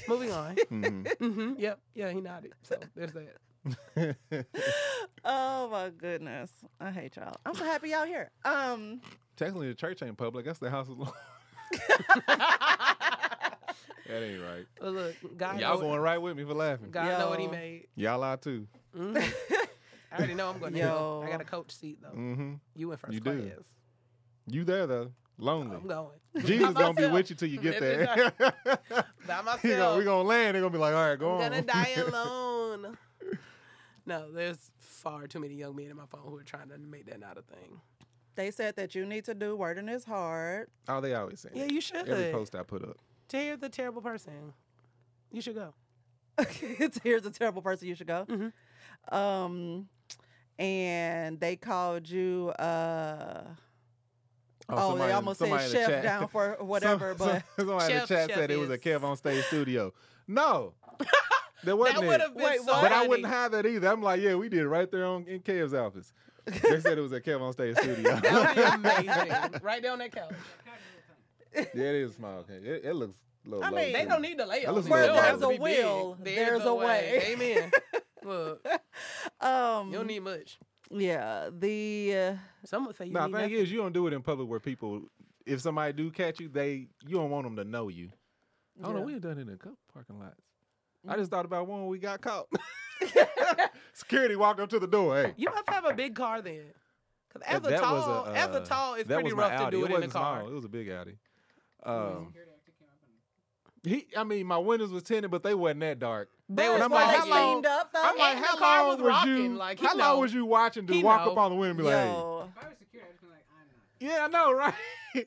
Speaker 4: Moving on.
Speaker 1: Mm-hmm.
Speaker 4: hmm Yep. Yeah, he nodded. So there's that.
Speaker 1: Oh my goodness. I hate y'all. I'm so happy y'all here. Um
Speaker 2: Technically, the church ain't public. That's the house of the Lord. that ain't right.
Speaker 4: But look, God,
Speaker 2: Y'all
Speaker 4: know,
Speaker 2: going right with me for laughing.
Speaker 4: God know what he
Speaker 1: Yo.
Speaker 4: made.
Speaker 2: Y'all are too.
Speaker 4: I already know I'm going to
Speaker 1: Yo.
Speaker 4: go. I got a coach seat, though.
Speaker 2: Mm-hmm.
Speaker 4: You in first
Speaker 2: You
Speaker 4: class.
Speaker 2: do. You there though? Lonely.
Speaker 4: I'm going.
Speaker 2: Jesus
Speaker 4: By
Speaker 2: gonna be
Speaker 4: myself.
Speaker 2: with you till you get
Speaker 4: If
Speaker 2: there.
Speaker 4: it's By myself.
Speaker 2: He gonna- we gonna land. They gonna be like, all right, go
Speaker 4: I'm
Speaker 2: on.
Speaker 4: gonna die alone. No, there's far too many young men in my phone who are trying to make that not a thing.
Speaker 1: they said that you need to do wording is hard.
Speaker 2: oh, they always say.
Speaker 4: Yeah,
Speaker 2: that.
Speaker 4: you should.
Speaker 2: Every post I put up.
Speaker 4: Tear the terrible person. You should go.
Speaker 1: it's here's a terrible person you should go.
Speaker 4: Mm-hmm.
Speaker 1: Um and they called you uh Oh, they almost said
Speaker 2: somebody in the
Speaker 1: chef
Speaker 2: chat-
Speaker 1: down for whatever,
Speaker 2: some-
Speaker 1: but-
Speaker 2: some- somebody in the
Speaker 4: Chef,
Speaker 2: chat
Speaker 4: chef
Speaker 2: said it was a
Speaker 4: is-
Speaker 2: Kev on stage studio. No, there wasn't.
Speaker 4: that
Speaker 2: it.
Speaker 4: would have been
Speaker 1: Wait,
Speaker 4: so
Speaker 1: what?
Speaker 2: But I
Speaker 4: funny.
Speaker 2: wouldn't hide that either. I'm like, yeah, we did it right there on in Kev's office. They said it was at Kev on stage studio. yeah,
Speaker 4: That would be amazing. right down that couch.
Speaker 2: it is small. Kev. It, it looks. a Little
Speaker 1: I
Speaker 2: low,
Speaker 1: mean-
Speaker 4: They
Speaker 2: too.
Speaker 4: don't need to lay
Speaker 2: That
Speaker 4: on
Speaker 2: looks
Speaker 4: me.
Speaker 2: like a
Speaker 4: They'll
Speaker 2: lot.
Speaker 4: have to be
Speaker 1: There's a will,
Speaker 4: big.
Speaker 1: there's a way.
Speaker 4: Amen. Look,
Speaker 1: Um
Speaker 4: you don't need much.
Speaker 1: Yeah, the
Speaker 4: Some would say you
Speaker 2: No,
Speaker 4: need
Speaker 2: the thing
Speaker 4: nothing.
Speaker 2: is, you don't do it in public where people. If somebody do catch you, they you don't want them to know you. I don't know.
Speaker 1: Yeah.
Speaker 2: We ain't done it in a couple parking lots.
Speaker 4: Mm.
Speaker 2: I just thought about one when we got caught. Security walked up to the door. Hey,
Speaker 4: You must have a big car then. Because
Speaker 2: That-
Speaker 4: as, a
Speaker 2: that was
Speaker 4: tall, as a
Speaker 2: uh,
Speaker 4: tall, it's
Speaker 2: that
Speaker 4: pretty
Speaker 2: was my
Speaker 4: rough to
Speaker 2: Audi.
Speaker 4: do it, in the
Speaker 2: wasn't
Speaker 4: car.
Speaker 2: small, It was a big Audi. Um,
Speaker 3: Security actually came up and
Speaker 2: He, I mean, my windows was tinted, but they wasn't that dark.
Speaker 4: They
Speaker 1: But
Speaker 4: was
Speaker 1: I'm
Speaker 4: like,
Speaker 1: like,
Speaker 4: how
Speaker 1: they
Speaker 4: long-
Speaker 1: cleaned up though.
Speaker 2: I'm like,
Speaker 4: and the
Speaker 2: how
Speaker 4: car
Speaker 2: long
Speaker 4: was
Speaker 2: was you?
Speaker 4: rocking, like, he
Speaker 2: how
Speaker 4: know.
Speaker 2: long was you watching to
Speaker 4: He
Speaker 2: walk
Speaker 4: know.
Speaker 2: up on the window and be like, hey,
Speaker 1: Yo.
Speaker 3: If I was secure, I'd just be like, I know.
Speaker 2: "Yeah, I know, right?"
Speaker 3: Do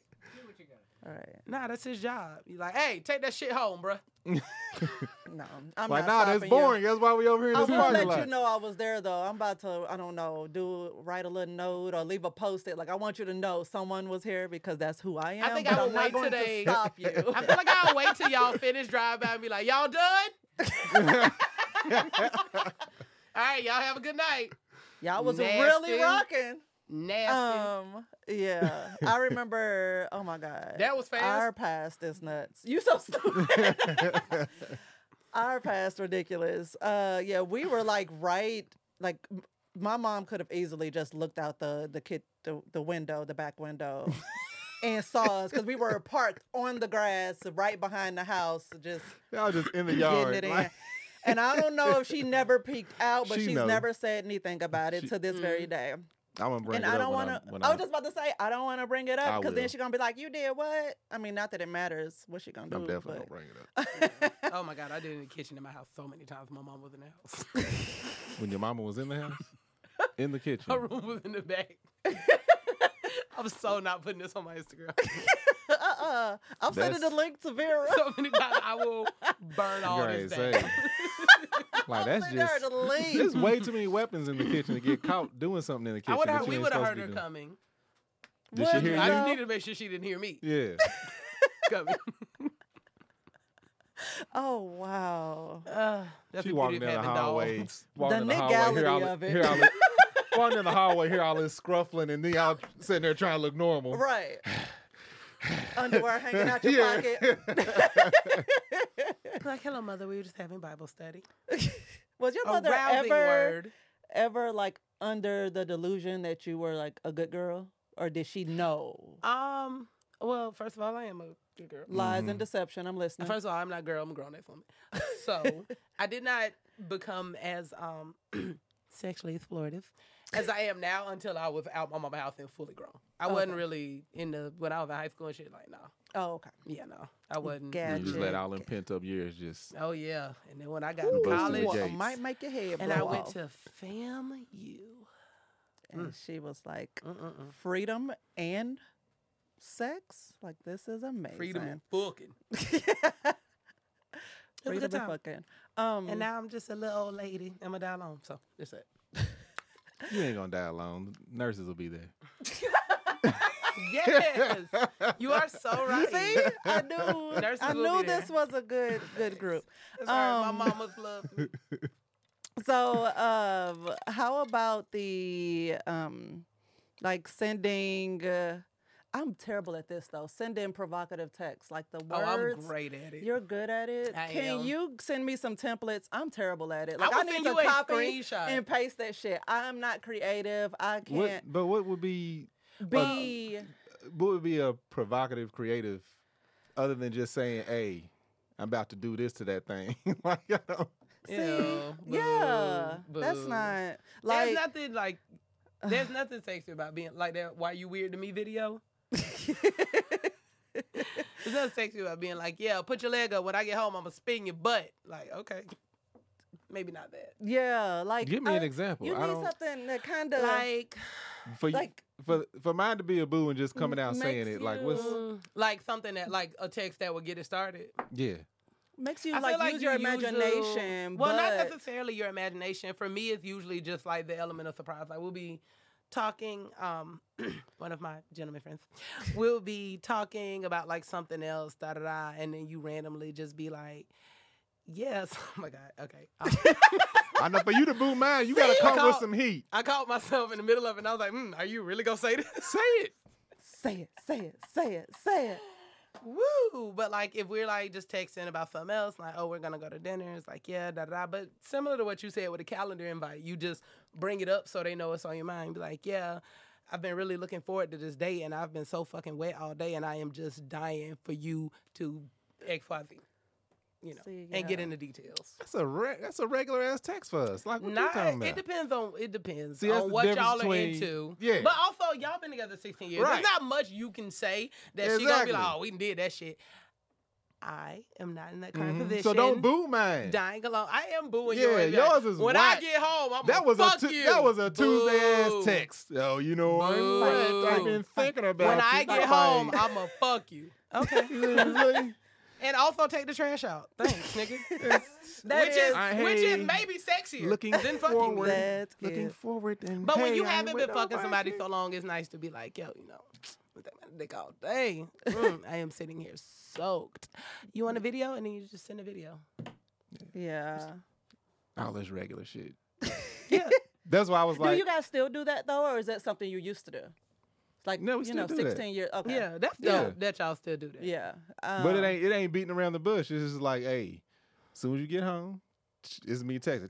Speaker 3: what you got.
Speaker 1: All right.
Speaker 4: Nah, that's his job. You like, hey, take that shit home, bruh.
Speaker 1: No, I'm
Speaker 2: like,
Speaker 1: not
Speaker 2: nah, that's
Speaker 1: stopping you.
Speaker 2: boring. That's why we over here in
Speaker 1: I
Speaker 2: this
Speaker 1: was gonna
Speaker 2: parking
Speaker 1: let
Speaker 2: lot.
Speaker 1: you know I was there though. I'm about to, I don't know, do write a little note or leave a post it. Like I want you to know someone was here because that's who I am.
Speaker 4: think
Speaker 1: but
Speaker 4: I will
Speaker 1: am not
Speaker 4: wait
Speaker 1: going
Speaker 4: today.
Speaker 1: to stop you.
Speaker 4: I feel like I'll wait till y'all finish drive by and be like, y'all done? All right, y'all have a good night.
Speaker 1: Y'all was
Speaker 4: Nasty.
Speaker 1: really rocking.
Speaker 4: Nasty.
Speaker 1: Um, yeah, I remember. Oh my god,
Speaker 4: That was fast.
Speaker 1: Our past is nuts. You so stupid. our past ridiculous. Uh, yeah, we were like right. Like m- my mom could have easily just looked out the the kid the, the window, the back window. And saw us because we were parked on the grass right behind the house, just
Speaker 2: Y'all just in the
Speaker 1: getting
Speaker 2: yard.
Speaker 1: it in.
Speaker 2: like-
Speaker 1: And I don't know if she never peeked out, but
Speaker 2: She
Speaker 1: she's
Speaker 2: knows.
Speaker 1: never said anything about it
Speaker 2: She-
Speaker 1: to this very day
Speaker 2: I'm gonna bring
Speaker 1: and
Speaker 2: it
Speaker 1: I
Speaker 2: up
Speaker 1: don't
Speaker 2: when
Speaker 1: want to.
Speaker 2: I'm- when
Speaker 1: I was
Speaker 2: I'm-
Speaker 1: just about to say I don't want to bring it
Speaker 2: I
Speaker 1: up because
Speaker 2: will.
Speaker 1: then she's gonna be like, "You did what?" I mean, not that it matters what she gonna do.
Speaker 2: I'm definitely gonna
Speaker 1: but-
Speaker 2: bring it up.
Speaker 4: Oh my God, I did it in the kitchen in my house so many times. My mom was in the house.
Speaker 2: When your mama was in the house, in the kitchen.
Speaker 4: Her room was in the back. I'm so not putting this on my Instagram.
Speaker 1: uh-uh. I'm sending the
Speaker 2: That's-
Speaker 1: link to Vera.
Speaker 4: So many times I will burn all
Speaker 2: Right,
Speaker 4: this down.
Speaker 2: say. like that's
Speaker 1: Send her
Speaker 2: just.
Speaker 1: the link.
Speaker 2: There's way too many weapons in the kitchen to get caught doing something in the kitchen.
Speaker 4: I would
Speaker 2: that
Speaker 4: have,
Speaker 2: you
Speaker 4: we
Speaker 2: ain't
Speaker 4: would have
Speaker 2: supposed to
Speaker 4: heard her
Speaker 2: be
Speaker 4: coming.
Speaker 2: doing. Did she
Speaker 1: Well,
Speaker 2: hear
Speaker 4: I
Speaker 2: you?
Speaker 4: just needed to make sure she didn't hear me
Speaker 2: Yeah.
Speaker 4: coming.
Speaker 1: Oh wow.
Speaker 4: Uh, that's
Speaker 2: She
Speaker 4: the
Speaker 2: walking
Speaker 4: beauty
Speaker 2: down
Speaker 4: of
Speaker 2: the
Speaker 4: having
Speaker 2: hallway.
Speaker 4: dogs.
Speaker 2: Walking
Speaker 1: The
Speaker 2: in the hallway. Hear all,
Speaker 1: legality of
Speaker 2: the-
Speaker 1: it.
Speaker 2: hear all the- Walking in the hallway, hear all this scruffling, and then y'all sitting there trying to look normal.
Speaker 1: Right. Underwear hanging out your
Speaker 2: Yeah.
Speaker 1: pocket.
Speaker 4: Like, hello, mother. We were just having Bible study.
Speaker 1: Was your
Speaker 4: A
Speaker 1: mother
Speaker 4: rousing
Speaker 1: ever
Speaker 4: word.
Speaker 1: ever like under the delusion that you were like a good girl, or did she know
Speaker 4: Um. Well, first of all, I am a good girl.
Speaker 1: lies and deception? I'm listening.
Speaker 4: First of all, I'm not a girl. I'm a grown ass woman. So I did not become as um sexually explorative as I am now until I was out my mama house and fully grown. I wasn't
Speaker 1: Okay.
Speaker 4: really in the when I was in high school and shit. Like, no,
Speaker 1: oh okay.
Speaker 4: yeah, no, I wasn't.
Speaker 2: You just let
Speaker 1: Gotcha.
Speaker 2: all them pent up years just.
Speaker 4: Oh yeah, and then when I got
Speaker 2: Mm-hmm. Ooh.
Speaker 4: to
Speaker 2: Busted
Speaker 4: college,
Speaker 2: the
Speaker 1: Well, it
Speaker 2: gates.
Speaker 1: might make your head.
Speaker 4: and I
Speaker 1: blow
Speaker 4: went
Speaker 1: off.
Speaker 4: to Mm. FAMU.
Speaker 1: and she was like,
Speaker 4: Mm-mm-mm.
Speaker 1: freedom and sex. Like this is amazing.
Speaker 4: Freedom and fucking. It was a
Speaker 1: Freedom
Speaker 4: good
Speaker 1: and
Speaker 4: time.
Speaker 1: fucking. Um,
Speaker 4: And now I'm just a little old lady. I'm a down on. So that's it.
Speaker 2: You ain't gonna die alone. Nurses will be there.
Speaker 4: Yes, you are so right.
Speaker 1: see, I knew,
Speaker 4: Nurses
Speaker 1: I
Speaker 4: will
Speaker 1: knew
Speaker 4: be there.
Speaker 1: this was a good, good group.
Speaker 4: That's right.
Speaker 1: Um,
Speaker 4: my mama's love. me.
Speaker 1: So, um, how about the um, like sending? Uh, I'm terrible at this though. Sending provocative texts, like the
Speaker 4: Oh, I'm
Speaker 1: words.
Speaker 4: great at it.
Speaker 1: You're good at it.
Speaker 4: I
Speaker 1: Can
Speaker 4: am.
Speaker 1: you send me some templates? I'm terrible at it. Like I,
Speaker 4: will
Speaker 1: need
Speaker 4: send
Speaker 1: to
Speaker 4: you a
Speaker 1: copy
Speaker 4: screenshot.
Speaker 1: and paste that shit. I'm not creative. I
Speaker 2: What,
Speaker 1: can't
Speaker 2: but what would be
Speaker 1: be.
Speaker 2: what would be a provocative creative other than just saying, "Hey, I'm about to do this to that thing." like, I don't,
Speaker 1: See,
Speaker 4: Ew,
Speaker 1: yeah,
Speaker 4: boo,
Speaker 1: that's
Speaker 4: boo.
Speaker 1: not like.
Speaker 4: there's nothing like. There's nothing sexy about being like that. Why you weird to me video? There's nothing sexy about being like, yeah, put your leg up. When I get home, I'ma spin your butt. Like, okay, maybe not that.
Speaker 1: yeah, like
Speaker 2: give me an
Speaker 1: I-
Speaker 2: example.
Speaker 1: You
Speaker 2: I
Speaker 1: need
Speaker 2: don't
Speaker 1: something that kind of
Speaker 4: Like,
Speaker 2: for you-
Speaker 1: like-
Speaker 2: for for mine to be a boo and just coming out saying
Speaker 1: makes
Speaker 2: it. Like, what's
Speaker 1: you-
Speaker 4: like something that like a text that would get it started.
Speaker 2: yeah?
Speaker 1: makes you
Speaker 4: I feel
Speaker 1: like, use
Speaker 4: you
Speaker 1: your
Speaker 4: usual-
Speaker 1: imagination.
Speaker 4: well,
Speaker 1: but
Speaker 4: not necessarily your imagination. For me, it's usually just like the element of surprise. Like we'll be talking. Um, one of my gentleman friends will be talking about like something else, da da da, and then you randomly just be like, "Yes, oh my god, okay." Um,
Speaker 2: I know for you to boo mine, you gotta
Speaker 4: See?
Speaker 2: come with
Speaker 4: Call-
Speaker 2: some heat.
Speaker 4: I caught myself in the middle of it, and I was like, mm, "Are you really gonna say this?" Say it.
Speaker 1: say it, say it, say it, say it.
Speaker 4: Woo! But like, if we're like just texting about something else, like, oh, we're gonna go to dinner, it's like, yeah, da da. da. But similar to what you said with a calendar invite, you just bring it up so they know it's on your mind. Be like, yeah, I've been really looking forward to this day, and I've been so fucking wet all day, and I am just dying for you to X Y Z, you know,
Speaker 1: See,
Speaker 4: and get
Speaker 1: yeah.
Speaker 4: into details.
Speaker 2: That's a re- that's a regular ass text for us. Like, what you
Speaker 4: Not,
Speaker 2: talking about?
Speaker 4: it depends on it depends
Speaker 2: See, that's
Speaker 4: on
Speaker 2: the
Speaker 4: what
Speaker 2: difference
Speaker 4: y'all are
Speaker 2: between-
Speaker 4: into.
Speaker 2: Yeah.
Speaker 4: But also y'all been together sixteen years.
Speaker 2: Right.
Speaker 4: There's not much you can say that she gonna be
Speaker 2: Exactly.
Speaker 4: like, oh, we did that shit. I am not in that current
Speaker 2: Mhm.
Speaker 4: position.
Speaker 2: So don't boo mine.
Speaker 4: Dying alone. I am booing
Speaker 2: Yeah,
Speaker 4: yours. Like,
Speaker 2: yours is
Speaker 4: When I
Speaker 2: whack.
Speaker 4: get home, I'm
Speaker 2: That was
Speaker 4: fuck
Speaker 2: a tu-
Speaker 4: you.
Speaker 2: that was a Tuesday
Speaker 4: Boo.
Speaker 2: ass text. Oh, you know what?
Speaker 4: Boo.
Speaker 2: I've been thinking about
Speaker 4: When
Speaker 2: you.
Speaker 4: I get
Speaker 2: Like,
Speaker 4: home, I'ma fuck you. Okay.
Speaker 2: Seriously?
Speaker 4: and also take the trash out. Thanks, nigga.
Speaker 1: That
Speaker 4: which
Speaker 1: is-
Speaker 4: is
Speaker 2: I
Speaker 4: which
Speaker 2: hate
Speaker 4: is maybe sexier
Speaker 2: looking
Speaker 4: than fucking you.
Speaker 2: forward,
Speaker 1: That
Speaker 2: looking
Speaker 1: is-
Speaker 2: forward, and
Speaker 4: But when
Speaker 2: hey,
Speaker 4: you
Speaker 2: I ain't
Speaker 4: haven't
Speaker 2: with
Speaker 4: been fucking somebody
Speaker 2: nobody.
Speaker 4: so long, it's nice to be like, yo, you know, with that man dick all day. Mm, I am sitting here soaked. You want a video? And then you just send a video.
Speaker 1: Yeah.
Speaker 2: all this regular shit.
Speaker 4: Yeah.
Speaker 2: That's why I was
Speaker 1: do
Speaker 2: like,
Speaker 1: you guys still do that though, or is that something you used to do? It's like
Speaker 2: No, we
Speaker 1: you
Speaker 2: still
Speaker 1: know,
Speaker 2: do that.
Speaker 1: sixteen years. Okay.
Speaker 4: Yeah, that's
Speaker 2: Yeah.
Speaker 4: dope that y'all still do that.
Speaker 1: Yeah. Um,
Speaker 2: but it ain't it ain't beating around the bush. It's just like, hey, soon as you get home, it's me texting.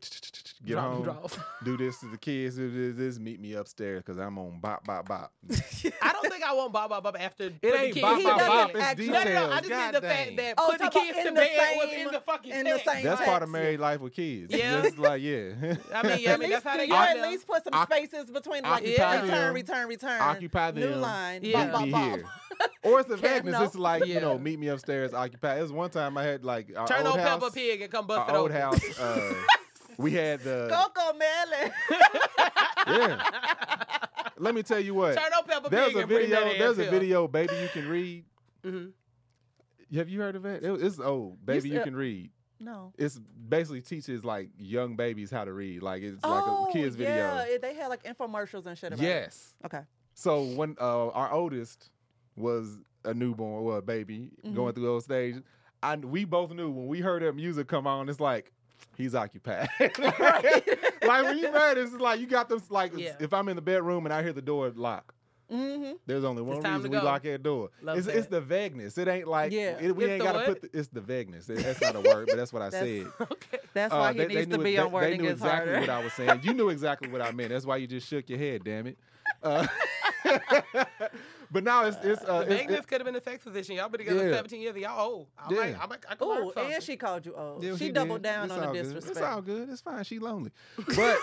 Speaker 2: Get
Speaker 4: Drop-
Speaker 2: home,
Speaker 4: drop.
Speaker 2: do this to the kids. Do this, this meet me upstairs because I'm on bop bop bop.
Speaker 4: I don't think I want Bob Bob Bob after it
Speaker 2: ain't bop, bop,
Speaker 1: bop, it's
Speaker 4: No, no, no. I
Speaker 2: details.
Speaker 4: just
Speaker 2: God
Speaker 4: mean the
Speaker 2: dang.
Speaker 4: fact that
Speaker 1: Oh,
Speaker 4: put the
Speaker 1: talk about
Speaker 4: kids to
Speaker 1: in the
Speaker 4: bed was
Speaker 1: same-
Speaker 4: in the fucking
Speaker 1: in the
Speaker 4: text.
Speaker 1: same-
Speaker 2: That's part of
Speaker 1: Text,
Speaker 2: married life with kids.
Speaker 4: Yeah.
Speaker 2: Just like yeah.
Speaker 4: I
Speaker 1: At
Speaker 4: mean, yeah, I mean
Speaker 1: least,
Speaker 4: that's how they
Speaker 1: you
Speaker 4: got
Speaker 1: at
Speaker 4: them.
Speaker 1: least put some
Speaker 2: Oc-
Speaker 1: spaces between like
Speaker 4: occupy
Speaker 1: return,
Speaker 2: them.
Speaker 1: return, return.
Speaker 2: occupy them.
Speaker 1: New line.
Speaker 2: Meet
Speaker 4: Yeah.
Speaker 1: Bop,
Speaker 2: me
Speaker 1: bop, bop.
Speaker 2: here. Or it's the
Speaker 1: Can't
Speaker 2: vagueness.
Speaker 1: know.
Speaker 2: It's like you know,
Speaker 4: Yeah.
Speaker 2: meet me upstairs. Occupy. It was one time I had like our
Speaker 4: Turn
Speaker 2: old
Speaker 4: on
Speaker 2: house,
Speaker 4: Peppa Pig and come bust
Speaker 2: Our
Speaker 4: it
Speaker 2: old
Speaker 4: over.
Speaker 2: house. Uh, we had the
Speaker 1: Coco Melon.
Speaker 2: yeah. Let me tell you what.
Speaker 4: Turn on Peppa
Speaker 2: There's
Speaker 4: Pig
Speaker 2: a
Speaker 4: and bring
Speaker 2: video.
Speaker 4: that ass
Speaker 2: There's a
Speaker 4: here.
Speaker 2: video. Baby, you can read.
Speaker 4: Mhm. Mm-hmm.
Speaker 2: Have you heard of it? It- It's old. Baby, you
Speaker 4: uh,
Speaker 1: said-
Speaker 2: can read.
Speaker 1: no.
Speaker 2: It's basically teaches like young babies how to read. Like it's
Speaker 1: oh,
Speaker 2: like a kids video.
Speaker 1: yeah. it- They had like infomercials and shit about it.
Speaker 2: Yes.
Speaker 1: Okay.
Speaker 2: So when uh, our oldest was a newborn, well, a baby
Speaker 4: Mm-hmm.
Speaker 2: going through those stages, I we both knew when we heard that music come on, it's like he's occupied. like when you heard it, it's like you got them. Like
Speaker 4: Yeah.
Speaker 2: if I'm in the bedroom and I hear the door lock.
Speaker 1: Mm-hmm.
Speaker 2: There's only one
Speaker 4: time
Speaker 2: reason
Speaker 4: to
Speaker 2: we
Speaker 4: go.
Speaker 2: lock that door.
Speaker 4: Love
Speaker 2: it's, it's
Speaker 4: that.
Speaker 2: the vagueness. It ain't like
Speaker 1: Yeah.
Speaker 2: it- we
Speaker 4: It's
Speaker 2: ain't
Speaker 4: the
Speaker 2: gotta
Speaker 4: what?
Speaker 2: put. The, it's the vagueness. That- That's not a word, but that's what I
Speaker 1: That's-
Speaker 2: said.
Speaker 4: Okay.
Speaker 1: That's
Speaker 2: Uh,
Speaker 1: why he
Speaker 2: they- they
Speaker 1: needs to
Speaker 2: knew
Speaker 1: be
Speaker 2: it-
Speaker 1: on
Speaker 2: they-
Speaker 1: wording
Speaker 2: They knew
Speaker 1: is
Speaker 2: exactly
Speaker 1: harder.
Speaker 2: what I was saying. You knew exactly what I meant. That's why you just shook your head. Damn it. Uh, but now it's it's, uh, it's,
Speaker 4: Magnus could have been a sex position. Y'all been together
Speaker 2: Yeah.
Speaker 4: 17 years. Y'all old. I
Speaker 2: Yeah.
Speaker 4: might, I might, I could learn
Speaker 1: Ooh,
Speaker 4: something.
Speaker 1: and she called you old.
Speaker 2: Yeah,
Speaker 1: she
Speaker 2: did.
Speaker 1: doubled down
Speaker 2: It's
Speaker 1: on the
Speaker 2: all good.
Speaker 1: disrespect.
Speaker 2: It's all good. It's fine. She lonely, but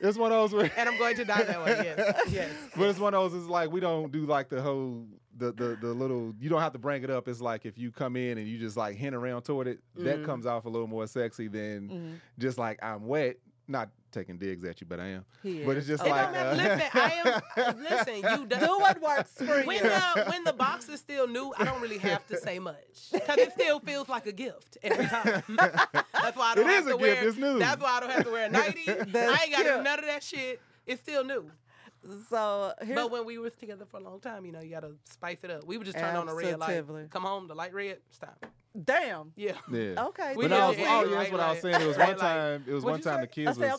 Speaker 2: it's one of those. Where,
Speaker 4: And I'm going to die that way. Yes. Yes.
Speaker 2: but it's one of those. It's like we don't do like the whole the the the little. You don't have to bring it up. It's like if you come in and you just like hint around toward it,
Speaker 1: Mm-hmm.
Speaker 2: that comes off a little more sexy than just like I'm wet. Not taking digs at you, but I am.
Speaker 1: He
Speaker 2: But
Speaker 1: is.
Speaker 2: it's just
Speaker 1: It
Speaker 4: It
Speaker 2: like
Speaker 4: don't matter.
Speaker 2: uh,
Speaker 4: Listen, I am. Listen, you do
Speaker 1: Do what works for you.
Speaker 4: When the when the box is still new, I don't really have to say much because it still feels like a gift every time. That's why I don't
Speaker 2: It is
Speaker 4: have
Speaker 2: a
Speaker 4: to
Speaker 2: gift.
Speaker 4: wear.
Speaker 2: It's new.
Speaker 4: That's why I don't have to wear a nightie. I ain't
Speaker 1: That's
Speaker 4: got to do
Speaker 1: cute.
Speaker 4: none of that shit. It's still new.
Speaker 1: so here's
Speaker 4: But when we were together for a long time, you know, you got to spice it up. We would just turn on the red
Speaker 1: Absolutely.
Speaker 4: light. Come home, the light red. Stop.
Speaker 1: damn.
Speaker 4: Yeah.
Speaker 2: Yeah.
Speaker 1: Okay,
Speaker 4: We
Speaker 2: But I was,
Speaker 4: did
Speaker 1: TLC.
Speaker 4: it.
Speaker 2: oh yeah, that's what I was saying. It was one
Speaker 4: Like-
Speaker 2: time. It was
Speaker 4: what'd
Speaker 2: one
Speaker 4: you
Speaker 2: time
Speaker 4: say?
Speaker 2: the
Speaker 1: I
Speaker 2: kids
Speaker 1: said,
Speaker 2: was.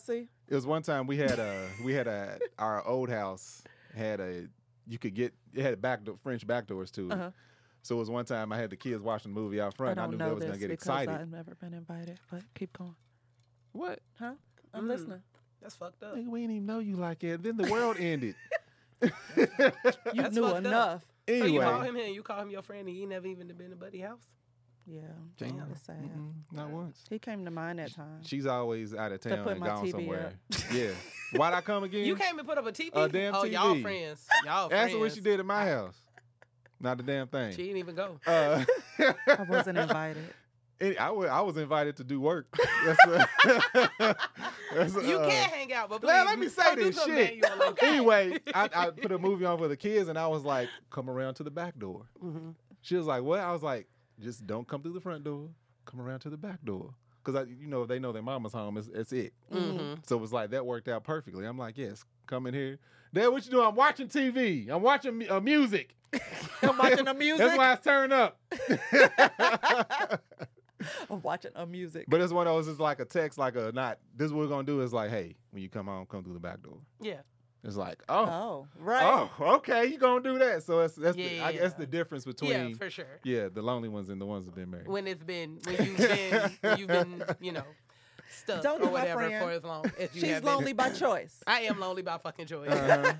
Speaker 1: okay, TLC.
Speaker 2: It was one time we had a we had a our old house had a you could get it had back door, French back doors to it.
Speaker 1: Uh-huh.
Speaker 2: So it was one time I had the kids watching the movie out front. and I, knew they was gonna get excited.
Speaker 1: I've never been invited. But keep going, Mm.
Speaker 2: What?
Speaker 1: huh? I'm listening.
Speaker 4: That's fucked up.
Speaker 2: Nigga, we didn't even know you like it. Then the world ended.
Speaker 1: You
Speaker 4: That's
Speaker 1: knew
Speaker 4: fucked up.
Speaker 1: enough.
Speaker 4: So you call
Speaker 2: anyway,
Speaker 4: him here and you call him your friend and you ain't never even been to Buddy House?
Speaker 1: Yeah,
Speaker 2: Damn.
Speaker 1: that was sad.
Speaker 2: Mm-mm, not once.
Speaker 1: He came to mine that time.
Speaker 2: She's always out of town
Speaker 1: put
Speaker 2: and
Speaker 1: my
Speaker 2: gone
Speaker 1: TV
Speaker 2: somewhere. yeah. Why'd I come again?
Speaker 4: You came and put up a TV?
Speaker 2: Mm. A damn
Speaker 4: oh, y'all
Speaker 2: TV.
Speaker 4: friends. Y'all friends.
Speaker 2: Ask her what she did at my house. Not the damn thing.
Speaker 4: She didn't even go.
Speaker 2: Uh,
Speaker 1: I wasn't invited.
Speaker 2: It, I wa- I was invited to do work. That's a- that's a-
Speaker 4: You
Speaker 2: uh,
Speaker 4: can hang out, but please,
Speaker 2: Let, let me say
Speaker 4: don't do
Speaker 2: this
Speaker 4: something
Speaker 2: shit.
Speaker 4: that you alone.
Speaker 2: Anyway, I, I put a movie on for the kids, and I was like, "Come around to the back door." She was like, "What?" I was like, "Just don't come through the front door. Come around to the back door." Because you know, if they know their mama's home, it's, it's it.
Speaker 1: Mm-hmm.
Speaker 2: So it was like that worked out perfectly. I'm like, "Yes, come in here." Dad, what you doing? I'm watching TV. I'm watching mu- uh, music.
Speaker 1: I'm watching the music.
Speaker 2: That's why it's turned up.
Speaker 1: I'm watching a music.
Speaker 2: But it's one of those. It's like a text, like a not. This is what we're gonna do is like, hey, when you come home, come through the back door.
Speaker 4: Yeah.
Speaker 2: It's like, oh,
Speaker 1: oh, right.
Speaker 2: oh, okay, you gonna do that. So that's that's the, I guess
Speaker 4: Yeah.
Speaker 2: the difference between
Speaker 4: Yeah, for sure.
Speaker 2: yeah, the lonely ones and the ones that been married.
Speaker 4: When it's been, when you've been, when you've been, you know, stuck
Speaker 1: Don't do
Speaker 4: or
Speaker 1: my
Speaker 4: whatever
Speaker 1: friend.
Speaker 4: for as long as you have
Speaker 1: She's
Speaker 4: been.
Speaker 1: lonely by choice.
Speaker 4: I am lonely by fucking joy.
Speaker 2: Uh-huh.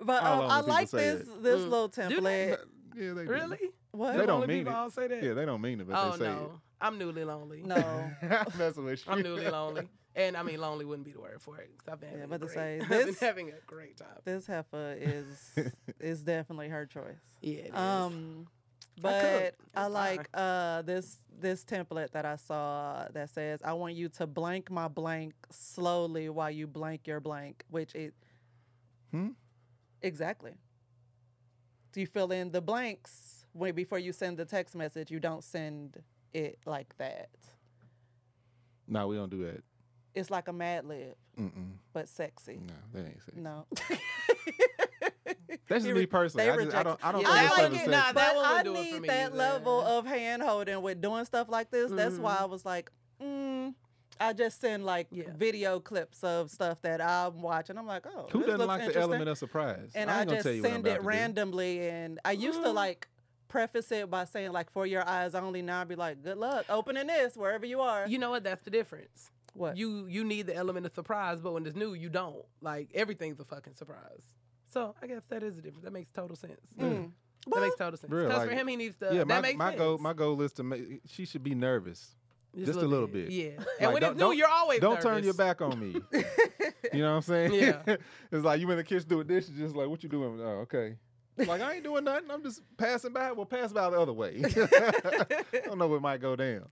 Speaker 1: But
Speaker 2: All
Speaker 1: um,
Speaker 2: lonely
Speaker 1: I
Speaker 2: people
Speaker 1: like
Speaker 2: say
Speaker 1: this
Speaker 2: that.
Speaker 1: this little
Speaker 4: Mm. Do they?
Speaker 1: template.
Speaker 2: yeah, they do.
Speaker 4: Really?
Speaker 1: What?
Speaker 2: They don't
Speaker 4: Lonely
Speaker 2: mean
Speaker 4: people
Speaker 2: it.
Speaker 4: all say that?
Speaker 2: Yeah, they don't mean it, but
Speaker 4: Oh,
Speaker 2: they say
Speaker 4: no. I'm newly lonely.
Speaker 1: No. Oh.
Speaker 2: it. that's what she.
Speaker 4: I'm newly lonely. And I mean, lonely wouldn't be the word for it. 'cause I've been, having,
Speaker 1: about to
Speaker 4: a great,
Speaker 1: say,
Speaker 4: I've
Speaker 1: this-
Speaker 4: been having a great time.
Speaker 1: This heifer is is definitely her choice.
Speaker 4: Yeah, it is.
Speaker 1: Um, But
Speaker 4: cooked.
Speaker 1: I, like uh, this this template that I saw that says I want you to blank my blank slowly while you blank your blank, which it
Speaker 2: Hmm?
Speaker 1: exactly. Do you fill in the blanks when before you send the text message? You don't send it like that.
Speaker 2: No, we don't do that.
Speaker 1: It's like a Mad Lib,
Speaker 2: Mm-mm.
Speaker 1: but sexy.
Speaker 2: No, that ain't sexy.
Speaker 1: No,
Speaker 2: That's
Speaker 1: He
Speaker 2: just
Speaker 1: re-
Speaker 2: me personally.
Speaker 1: they
Speaker 2: I, just, I
Speaker 1: reject-
Speaker 2: don't. I don't
Speaker 1: Yeah. I
Speaker 2: think it's
Speaker 1: like
Speaker 2: ever
Speaker 1: it.
Speaker 2: sexy.
Speaker 4: Nah, that
Speaker 1: but
Speaker 4: one
Speaker 1: I
Speaker 4: won't do it
Speaker 1: need
Speaker 4: for me
Speaker 1: that
Speaker 4: either.
Speaker 1: level of hand holding with doing stuff like this.
Speaker 4: Mm-hmm.
Speaker 1: That's why I was like, mm, I just send like
Speaker 4: Yeah.
Speaker 1: video clips of stuff that I'm watching. I'm like, oh,
Speaker 2: Who
Speaker 1: this
Speaker 2: doesn't
Speaker 1: looks
Speaker 2: like the
Speaker 1: interesting.
Speaker 2: element of surprise?
Speaker 1: and
Speaker 2: I
Speaker 1: I,
Speaker 2: ain't gonna
Speaker 1: just
Speaker 2: tell you what I'm
Speaker 1: send
Speaker 2: about
Speaker 1: it
Speaker 2: to do.
Speaker 1: randomly. And I used to
Speaker 4: Mhm.
Speaker 1: like preface it by saying like, for your eyes only. Now I'd be like, good luck opening this wherever you are.
Speaker 4: You know what? That's the difference.
Speaker 1: what?
Speaker 4: You you need the element of surprise, but when it's new, you don't. Like everything's a fucking surprise. So I guess that is the difference. That makes total sense.
Speaker 1: Mm.
Speaker 4: that
Speaker 1: Well,
Speaker 4: makes total sense.
Speaker 2: Hmm. real,
Speaker 4: Because for
Speaker 2: like-
Speaker 4: him, he needs to.
Speaker 2: Yeah,
Speaker 4: that
Speaker 2: my
Speaker 4: makes
Speaker 2: my
Speaker 4: sense.
Speaker 2: goal my goal is to make. She should be nervous. just a little bit.
Speaker 4: Yeah.
Speaker 2: Like,
Speaker 4: And when
Speaker 2: don't-
Speaker 4: it's new,
Speaker 2: don't-
Speaker 4: you're always
Speaker 2: Don't turn your
Speaker 4: nervous.
Speaker 2: back on me. you know what I'm saying?
Speaker 4: Yeah.
Speaker 2: it's like you in the kitchen doing dishes, just like what you doing? Oh, okay. Like I ain't doing nothing. I'm just passing by. Well, pass by the other way. I don't know what might go down.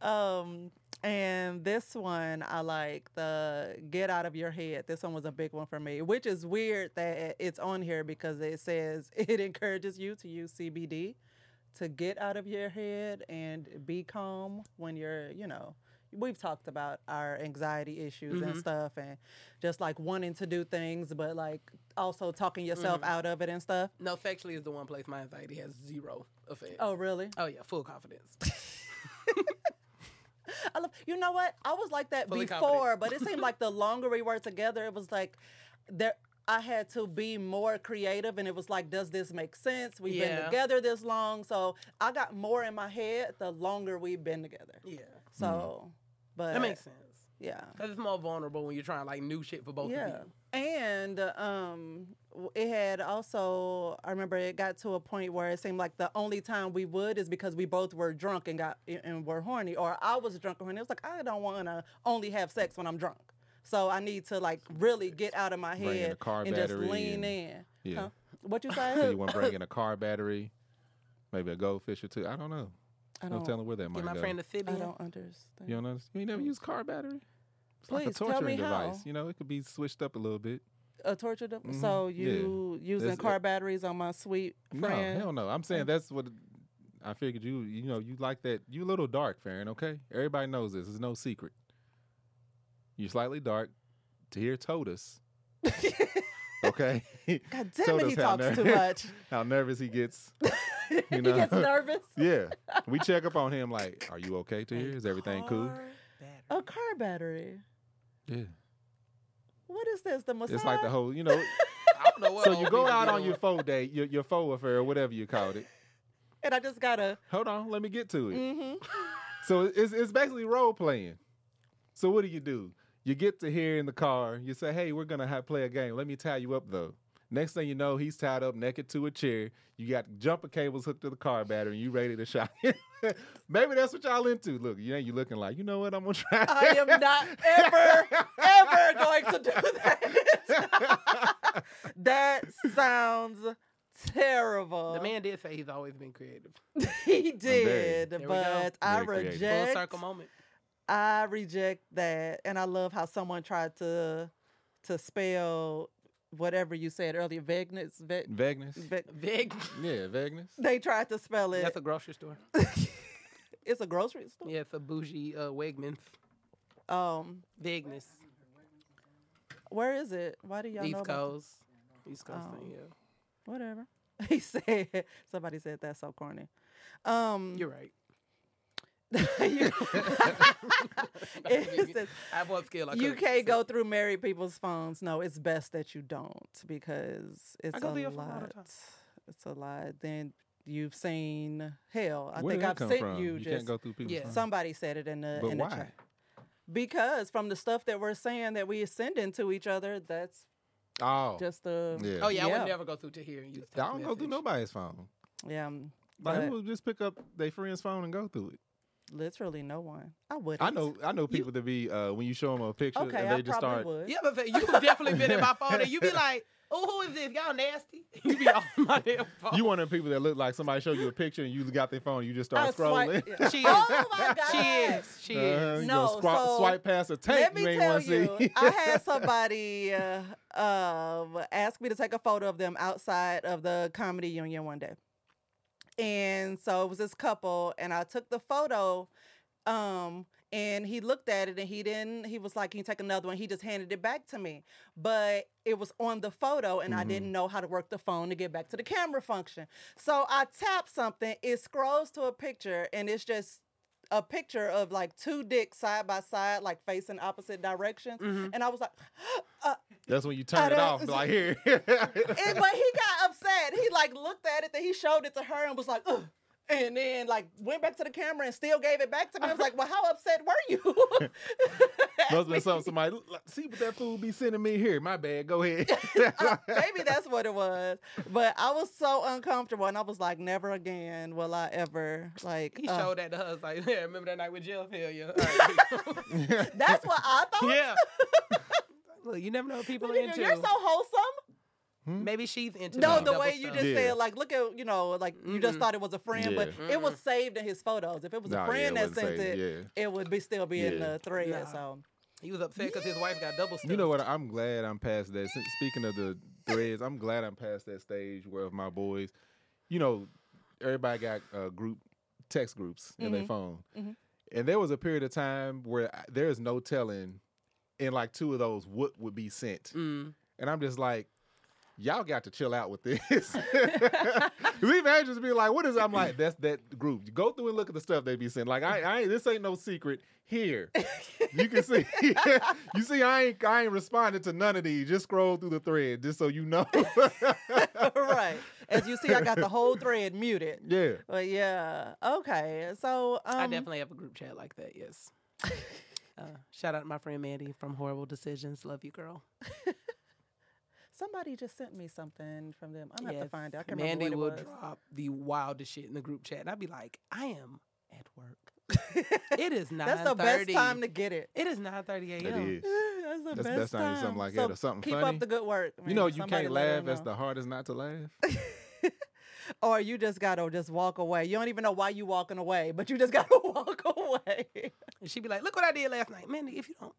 Speaker 1: Um, and this one I like the get out of your head. This one was a big one for me, which is weird that it's on here because it says it encourages you to use CBD to get out of your head and be calm when you're, you know, we've talked about our anxiety issues and stuff and just like wanting to do things but like also talking yourself out of it and stuff.
Speaker 4: No, factually is the one place my anxiety has zero effect. Oh,
Speaker 1: Oh, really?
Speaker 4: yeah, full confidence.
Speaker 1: I love. You know what? I was like that
Speaker 4: Fully confident.
Speaker 1: before, but it seemed like the longer we were together, it was like there. I had to be more creative, and it was like, does this make sense? We've been
Speaker 4: Yeah.
Speaker 1: together this long, so I got more in my head the longer we've been together.
Speaker 4: yeah.
Speaker 1: So, but
Speaker 4: Mm. That makes sense.
Speaker 1: yeah.
Speaker 4: Because it's more vulnerable when you're trying like new shit for both
Speaker 1: Yeah.
Speaker 4: of
Speaker 2: Oh
Speaker 4: you.
Speaker 1: And um, w- it had also, I remember it got to a point where it seemed like the only time we would is because we both were drunk and got and- and were horny, or I was drunk and horny. It was like, I don't want to only have sex when I'm drunk. So I need to like really get out of my
Speaker 2: Bring in
Speaker 1: head
Speaker 2: a car
Speaker 1: and just
Speaker 2: battery
Speaker 1: lean
Speaker 2: and-
Speaker 1: in.
Speaker 2: yeah.
Speaker 1: What you
Speaker 2: So
Speaker 1: say?
Speaker 2: you want to bring in a car battery, maybe a goldfish or two. I don't know.
Speaker 1: I
Speaker 2: No
Speaker 1: don't,
Speaker 2: telling where that might
Speaker 4: Get my
Speaker 2: go.
Speaker 4: friend Oh. a
Speaker 1: I
Speaker 4: Thibia.
Speaker 1: don't understand.
Speaker 2: you don't know. You ain't never use car battery. It's like a
Speaker 1: Please tell me
Speaker 2: torturing device.
Speaker 1: how.
Speaker 2: You know, it could be switched up a little bit.
Speaker 1: A torture dep-
Speaker 2: Mhm.
Speaker 1: So
Speaker 2: Yeah.
Speaker 1: you using
Speaker 2: That's-
Speaker 1: car batteries on my sweet friend?
Speaker 2: No, hell no. I'm saying that's what I figured you. You know, you like that. You a little dark, Farron. Okay, everybody knows this. It's no secret. You're slightly dark. To hear Totus. okay.
Speaker 1: God damn it,
Speaker 2: Told
Speaker 1: he
Speaker 2: us how
Speaker 1: talks too
Speaker 2: ner-
Speaker 1: much.
Speaker 2: How nervous he gets.
Speaker 1: he
Speaker 2: know?
Speaker 1: gets nervous.
Speaker 2: Yeah. We check up on him. Like, are you okay? To hear? Is everything cool?
Speaker 4: Car battery.
Speaker 1: A car battery.
Speaker 2: Yeah.
Speaker 1: What is this? The massage?
Speaker 2: It's like the whole. You know.
Speaker 4: I don't know what
Speaker 2: So
Speaker 4: all
Speaker 2: you go
Speaker 4: people
Speaker 2: out
Speaker 4: do.
Speaker 2: on your faux date, your your faux affair, or whatever you called it.
Speaker 1: and I just gotta.
Speaker 2: Hold on, let me get to it.
Speaker 1: hmm
Speaker 2: So it's it's basically role playing. So what do you do? You get to here in the car. You say, "Hey, we're gonna have, play a game. Let me tie you up, though." Next thing you know, he's tied up naked to a chair. You got jumper cables hooked to the car battery, and you ready to shot. Maybe that's what y'all into. Look, you ain't you looking like you know what? I'm gonna try.
Speaker 1: I am not ever, ever going to do that. that sounds terrible.
Speaker 4: The man did say he's always been creative.
Speaker 1: he did,
Speaker 4: we go.
Speaker 1: but I
Speaker 2: Very creative.
Speaker 1: reject.
Speaker 4: Full circle moment.
Speaker 1: I reject that, and I love how someone tried to to spell whatever you said earlier. Vagueness. Ve-
Speaker 2: Vagnus.
Speaker 1: ve-
Speaker 4: Big.
Speaker 2: yeah, Vagnus.
Speaker 1: they tried to spell it.
Speaker 4: That's a grocery store.
Speaker 1: it's a grocery store.
Speaker 4: Yeah, it's a bougie uh, Wegmans.
Speaker 1: Um,
Speaker 4: Bigness.
Speaker 1: where is it? Why do y'all know?
Speaker 4: East
Speaker 1: about Oh.
Speaker 4: Coast. East Coast thing, yeah.
Speaker 1: it? Whatever. He said. Somebody said that's so corny. Um,
Speaker 4: You're right.
Speaker 1: you- It says,
Speaker 4: I have one skill. I
Speaker 1: you
Speaker 4: couldn't,
Speaker 1: can't
Speaker 4: so-
Speaker 1: go through married people's phones. No, it's best that you don't because it's
Speaker 4: go
Speaker 1: a
Speaker 4: through your phone all the
Speaker 1: lot.
Speaker 4: time.
Speaker 1: It's a lot. Then you've seen hell. I
Speaker 2: Where
Speaker 1: think
Speaker 2: did that
Speaker 1: I've
Speaker 2: come
Speaker 1: sent
Speaker 2: from?
Speaker 1: you,
Speaker 2: You
Speaker 1: just
Speaker 2: can't go through people's
Speaker 4: Yeah.
Speaker 2: phones.
Speaker 1: somebody said it in the
Speaker 2: But
Speaker 1: in the
Speaker 2: why?
Speaker 1: chat. Because from the stuff that we're saying that we send into each other, that's
Speaker 2: Oh,
Speaker 1: just the
Speaker 2: yeah.
Speaker 4: Oh yeah, I
Speaker 1: Yeah.
Speaker 4: would never go through to here and use.
Speaker 2: I
Speaker 4: text
Speaker 2: don't go through
Speaker 4: message.
Speaker 2: nobody's phone.
Speaker 1: yeah. um,
Speaker 2: Like,
Speaker 1: but-
Speaker 2: who would just pick up their friend's phone and go through it?
Speaker 1: literally no one. I wouldn't.
Speaker 2: I know I know people to be uh, when you show them a picture
Speaker 1: Okay,
Speaker 2: and
Speaker 1: I
Speaker 2: they just
Speaker 1: probably
Speaker 2: start
Speaker 1: would.
Speaker 4: Yeah, but you've definitely been in my phone, and you be like, "Oh, who is this? Y'all nasty." You be on my damn phone.
Speaker 2: You one of the people that look like somebody showed you a picture and you got their phone, you just start
Speaker 1: I
Speaker 2: scrolling.
Speaker 1: swipe- yeah.
Speaker 4: she is.
Speaker 1: Oh my god.
Speaker 4: She is. She
Speaker 2: Uh,
Speaker 4: is.
Speaker 2: you
Speaker 1: No,
Speaker 2: gonna scro-
Speaker 1: so
Speaker 2: swipe past a tank
Speaker 1: Let me
Speaker 2: you ain't
Speaker 1: tell
Speaker 2: want to
Speaker 1: you,
Speaker 2: see.
Speaker 1: I had somebody uh, um, ask me to take a photo of them outside of the comedy union one day. And so it was this couple, and I took the photo. Um, and he looked at it and he didn't, he was like, Can you take another one? He just handed it back to me. But it was on the photo, and I didn't know how to work the phone to get back to the camera function. So I tap something, it scrolls to a picture, and it's just a picture of like two dicks side by side, like facing opposite directions. And I was like, uh,
Speaker 2: That's when you turn it
Speaker 1: don't-
Speaker 2: off. Be like here.
Speaker 1: and, but he got upset. He like looked at it, then he showed it to her and was like, Ugh. and then like went back to the camera and still gave it back to me. I was like, well, how upset were you?
Speaker 2: Must have been something somebody like, see what that fool be sending me here. My bad. Go ahead.
Speaker 1: Uh, maybe that's what it was. But I was so uncomfortable, and I was like, never again will I ever like.
Speaker 4: He
Speaker 1: uh,
Speaker 4: showed that to her. It's Like, yeah, remember that night with Jill Failure? All right.
Speaker 1: That's what I thought.
Speaker 4: yeah. Look, you never know what people
Speaker 1: Look
Speaker 4: are
Speaker 1: at
Speaker 4: into.
Speaker 1: you, You're so wholesome.
Speaker 4: Maybe she's into
Speaker 1: No,
Speaker 4: that
Speaker 1: the
Speaker 4: double
Speaker 1: way you
Speaker 4: stuff.
Speaker 1: just
Speaker 2: Yeah.
Speaker 1: said, like, look at you know, like you just thought it was a friend, but
Speaker 2: Yeah.
Speaker 1: it was saved in his photos. If it was
Speaker 2: Nah,
Speaker 1: a
Speaker 2: yeah,
Speaker 1: friend
Speaker 2: it
Speaker 1: that
Speaker 2: wasn't
Speaker 1: sent
Speaker 2: saved,
Speaker 1: it, it would be still be in
Speaker 2: Yeah.
Speaker 1: the thread.
Speaker 4: Nah.
Speaker 1: So
Speaker 4: He was upset because his wife got double stuff.
Speaker 2: You know what? I'm glad I'm past that. Since- Speaking of the threads, I'm glad I'm past that stage where of my boys, you know, everybody got uh, group text groups in their phone, and there was a period of time where I, there is no telling in like two of those what would be sent,
Speaker 4: Mm.
Speaker 2: and I'm just like. Y'all got to chill out with this. Leave Andrews be like, what is I'm like, that's that group. Go through and look at the stuff they be sending. Like, I, I ain't this ain't no secret here. You can see, you see, I ain't, I ain't responded to none of these. Just scroll through the thread, just so you know.
Speaker 1: right, as you see, I got the whole thread muted.
Speaker 2: yeah,
Speaker 1: But yeah, okay. So um,
Speaker 4: I definitely have a group chat like that. Yes. uh, shout out to my friend Mandy from Horrible Decisions. Love you, girl.
Speaker 1: somebody just sent me something from them. I'm gonna have
Speaker 4: Yes.
Speaker 1: to find it. I can
Speaker 4: Mandy
Speaker 1: remember
Speaker 4: will
Speaker 1: what it was.
Speaker 4: drop the wildest shit in the group chat, and I'd be like, I am at work. it is nine
Speaker 1: That's the best time to get it.
Speaker 4: It is nine thirty a.m.
Speaker 2: it is.
Speaker 1: That's the
Speaker 2: That's the
Speaker 1: best,
Speaker 2: best time to do something like
Speaker 1: So
Speaker 2: that or something
Speaker 1: keep
Speaker 2: funny.
Speaker 1: up the good work.
Speaker 2: You
Speaker 1: man.
Speaker 2: know, you
Speaker 1: Somebody
Speaker 2: can't
Speaker 1: let her
Speaker 2: laugh. That's
Speaker 1: know.
Speaker 2: the hardest not to laugh.
Speaker 1: or you just gotta just walk away. You don't even know why you walking away, but you just gotta walk away.
Speaker 4: And she'd be like, "Look what I did last night, Mandy. If you don't,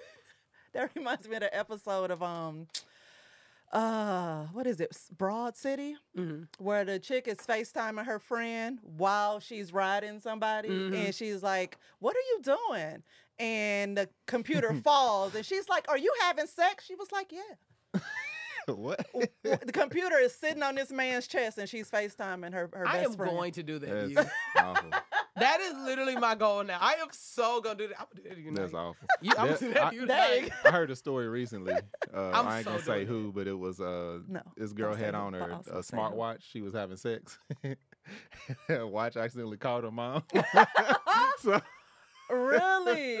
Speaker 1: that reminds me of the episode of um uh what is it S- broad city
Speaker 2: Mm-hmm.
Speaker 1: where the chick is facetiming her friend while she's riding somebody
Speaker 2: Mm-hmm.
Speaker 1: and she's like what are you doing and the computer falls and she's like are you having sex she was like yeah
Speaker 2: what?
Speaker 1: Well, the computer is sitting on this man's chest and she's facetiming her, her
Speaker 4: I
Speaker 1: best
Speaker 4: am
Speaker 1: friend
Speaker 4: going to do that. To
Speaker 2: That's
Speaker 4: you.
Speaker 2: awful.
Speaker 4: That is literally my goal now. I am so gonna do that. I'm gonna do that to you
Speaker 2: That's
Speaker 4: tonight.
Speaker 2: awful.
Speaker 4: You, I'm
Speaker 2: That-
Speaker 4: gonna do that
Speaker 2: I-
Speaker 4: to you
Speaker 1: Dang.
Speaker 4: tonight.
Speaker 2: I heard a story recently. Uh,
Speaker 4: I'm
Speaker 2: I ain't
Speaker 4: so
Speaker 2: gonna say
Speaker 4: doing
Speaker 2: who, but it was uh,
Speaker 1: No,
Speaker 2: this girl
Speaker 1: don't say
Speaker 2: had
Speaker 1: who,
Speaker 2: on
Speaker 1: but
Speaker 2: her
Speaker 1: also
Speaker 2: a
Speaker 1: don't say who.
Speaker 2: smartwatch. She was having sex. Watch accidentally called her mom. so,
Speaker 1: really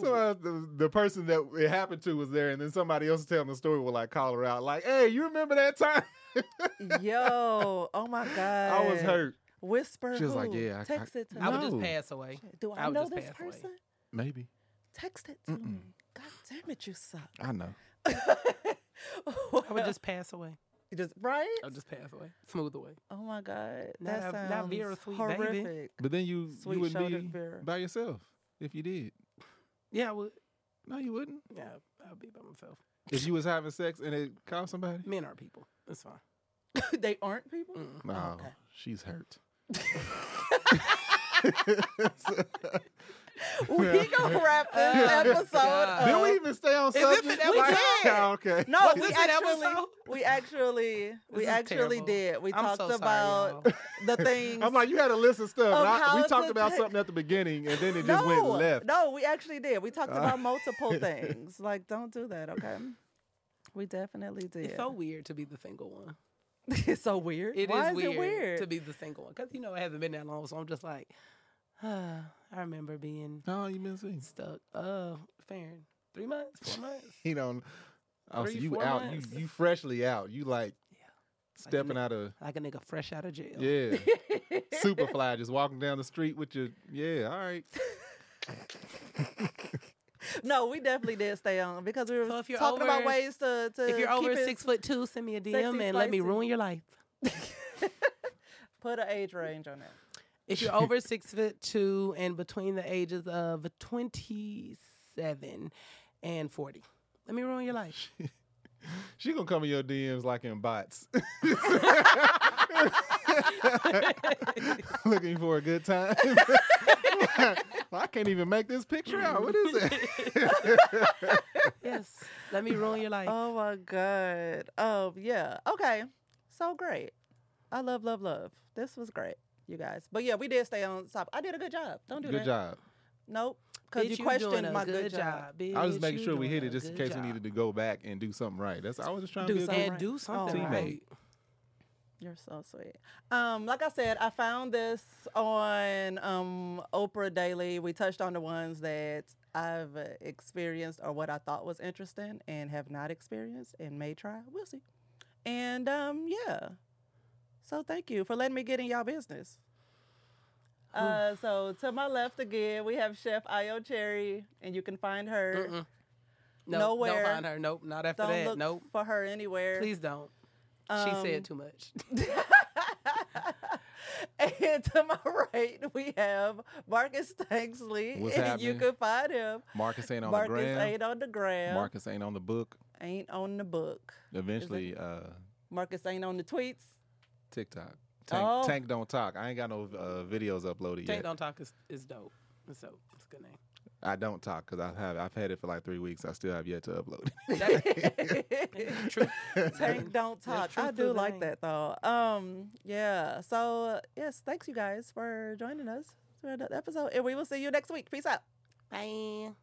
Speaker 2: so uh, the, the person that it happened to was there, and then somebody else telling the story will like call her out, like, "Hey, you remember that time?"
Speaker 1: yo oh my god
Speaker 2: Mm-hmm. I was hurt.
Speaker 1: whisper
Speaker 2: She was
Speaker 1: who?
Speaker 2: like, "Yeah, I- I-
Speaker 1: text it to
Speaker 4: I
Speaker 1: me.
Speaker 4: would just
Speaker 2: No.
Speaker 4: pass away.
Speaker 1: do i,
Speaker 4: I would
Speaker 1: know
Speaker 4: just
Speaker 1: this
Speaker 4: pass away.
Speaker 1: person
Speaker 2: Maybe
Speaker 1: Text it to me. God damn it, you suck.
Speaker 2: I know.
Speaker 4: I would just pass away.
Speaker 1: just right.
Speaker 4: I would just pass away, smooth away.
Speaker 1: Oh my god,
Speaker 4: Oh. Not
Speaker 1: that
Speaker 4: a-
Speaker 1: sounds
Speaker 4: not Vera Sweet baby.
Speaker 1: horrific.
Speaker 2: But then you
Speaker 1: Sweet
Speaker 2: you wouldn't
Speaker 1: shoulder
Speaker 2: be
Speaker 1: beer.
Speaker 2: by yourself if you did.
Speaker 4: Yeah, I would.
Speaker 2: No, you wouldn't.
Speaker 4: Yeah, I'll be by myself.
Speaker 2: If you was having sex and it called somebody.
Speaker 4: Men are people. That's fine.
Speaker 1: they aren't people.
Speaker 2: No, she's hurt.
Speaker 1: We gonna wrap this episode.
Speaker 4: God.
Speaker 2: Did
Speaker 1: Up.
Speaker 2: we even stay on
Speaker 4: this
Speaker 2: subject?
Speaker 4: an
Speaker 1: We
Speaker 4: episode?
Speaker 1: did.
Speaker 2: Oh, okay.
Speaker 1: No,
Speaker 4: Was
Speaker 1: we
Speaker 4: this an
Speaker 1: actually,
Speaker 4: episode?
Speaker 1: we actually, we
Speaker 4: is
Speaker 1: actually
Speaker 4: terrible.
Speaker 1: did. We
Speaker 4: I'm
Speaker 1: talked
Speaker 4: so sorry,
Speaker 1: about the things.
Speaker 2: I'm like, you had a list of stuff.
Speaker 1: Of
Speaker 2: and I-
Speaker 1: how
Speaker 2: we
Speaker 1: to
Speaker 2: talked about
Speaker 1: take-
Speaker 2: something at the beginning, and then it
Speaker 1: no,
Speaker 2: just went left.
Speaker 1: no, we actually did. We talked
Speaker 4: Uh.
Speaker 1: about multiple things. Like, don't do that, okay? We definitely did.
Speaker 4: It's so weird to be the single one.
Speaker 1: It's so weird.
Speaker 4: It is
Speaker 1: Why is
Speaker 4: weird,
Speaker 1: it weird?
Speaker 4: to be the single one because you know it hasn't been that long. So I'm just like, uh, I remember being
Speaker 2: No, you been seeing.
Speaker 4: stuck. Uh, Farron, three months, four months.
Speaker 2: You know, oh, so
Speaker 4: Three,
Speaker 2: you
Speaker 4: four
Speaker 2: out,
Speaker 4: months.
Speaker 2: you you freshly out. You like stepping out of
Speaker 4: like a nigga fresh out of jail.
Speaker 2: yeah. super fly, just walking down the street with your yeah. All right,
Speaker 1: No, we definitely did stay on because we were
Speaker 4: So if you're
Speaker 1: talking about
Speaker 4: over-
Speaker 1: ways to, to
Speaker 4: If you're
Speaker 1: keep
Speaker 4: over
Speaker 1: it-
Speaker 4: six foot two, send me a DM and
Speaker 1: sexy,
Speaker 4: let me
Speaker 1: spicy.
Speaker 4: ruin your life.
Speaker 1: put an age range on it.
Speaker 4: If you're over six foot two and between the ages of 27 and 40, let me ruin your life.
Speaker 2: she gonna come in your DMs like in bots, looking for a good time. I can't even make this picture out. What is it?
Speaker 4: yes, let me ruin your life.
Speaker 1: Oh my god. Um yeah. Okay. So great. I love love love. This was great, you guys. But yeah, we did stay on top. I did a good job. Don't do
Speaker 2: Good
Speaker 1: that.
Speaker 2: job.
Speaker 1: Nope. Because
Speaker 4: Bitch,
Speaker 1: you
Speaker 4: doing
Speaker 1: questioned
Speaker 4: a
Speaker 1: my good, job.
Speaker 4: bitch.
Speaker 2: I was just making
Speaker 4: You
Speaker 2: sure we hit
Speaker 4: doing a
Speaker 2: it just in
Speaker 4: good
Speaker 2: case
Speaker 4: job.
Speaker 2: we needed to go back and do something right. That's I was just trying
Speaker 1: Do
Speaker 2: to be a
Speaker 1: something.
Speaker 2: good
Speaker 4: And
Speaker 1: Right.
Speaker 4: do something
Speaker 1: Teammate.
Speaker 4: right.
Speaker 1: You're so sweet. Um, like I said, I found this on um, Oprah Daily. We touched on the ones that I've uh, experienced or what I thought was interesting and have not experienced and may try. We'll see. And um, yeah. So thank you for letting me get in y'all business. Uh, so to my left again, we have Chef Io Cherry, and you can find her.
Speaker 4: Nope,
Speaker 1: Nowhere.
Speaker 4: Don't find her. Nope, not after
Speaker 1: Don't
Speaker 4: that.
Speaker 1: look Um,
Speaker 4: nope.
Speaker 1: for her anywhere.
Speaker 4: Please don't. she said too much.
Speaker 1: And to my right, we have Marcus Tanksley.
Speaker 2: What's
Speaker 1: and you
Speaker 2: happening?
Speaker 1: can find him.
Speaker 2: Marcus ain't on
Speaker 1: Marcus
Speaker 2: the gram.
Speaker 1: ain't on the gram.
Speaker 2: Marcus ain't on the book.
Speaker 1: Ain't on the book.
Speaker 2: Eventually, uh,
Speaker 1: Marcus ain't on the tweets.
Speaker 2: TikTok. Tank,
Speaker 1: Oh.
Speaker 2: Tank don't talk. I ain't got no uh, videos uploaded
Speaker 4: Tank
Speaker 2: yet.
Speaker 4: Don't Talk is, is dope. It's dope. It's a good name.
Speaker 2: I don't talk because I have I've had it for like three weeks. I still have yet to upload. it.
Speaker 4: True.
Speaker 1: Tank don't talk.
Speaker 4: truth
Speaker 1: I
Speaker 4: to
Speaker 1: do
Speaker 4: the
Speaker 1: like
Speaker 4: name.
Speaker 1: that though. Um, yeah. So yes, thanks you guys for joining us for another episode, and we will see you next week. Peace out.
Speaker 4: Bye.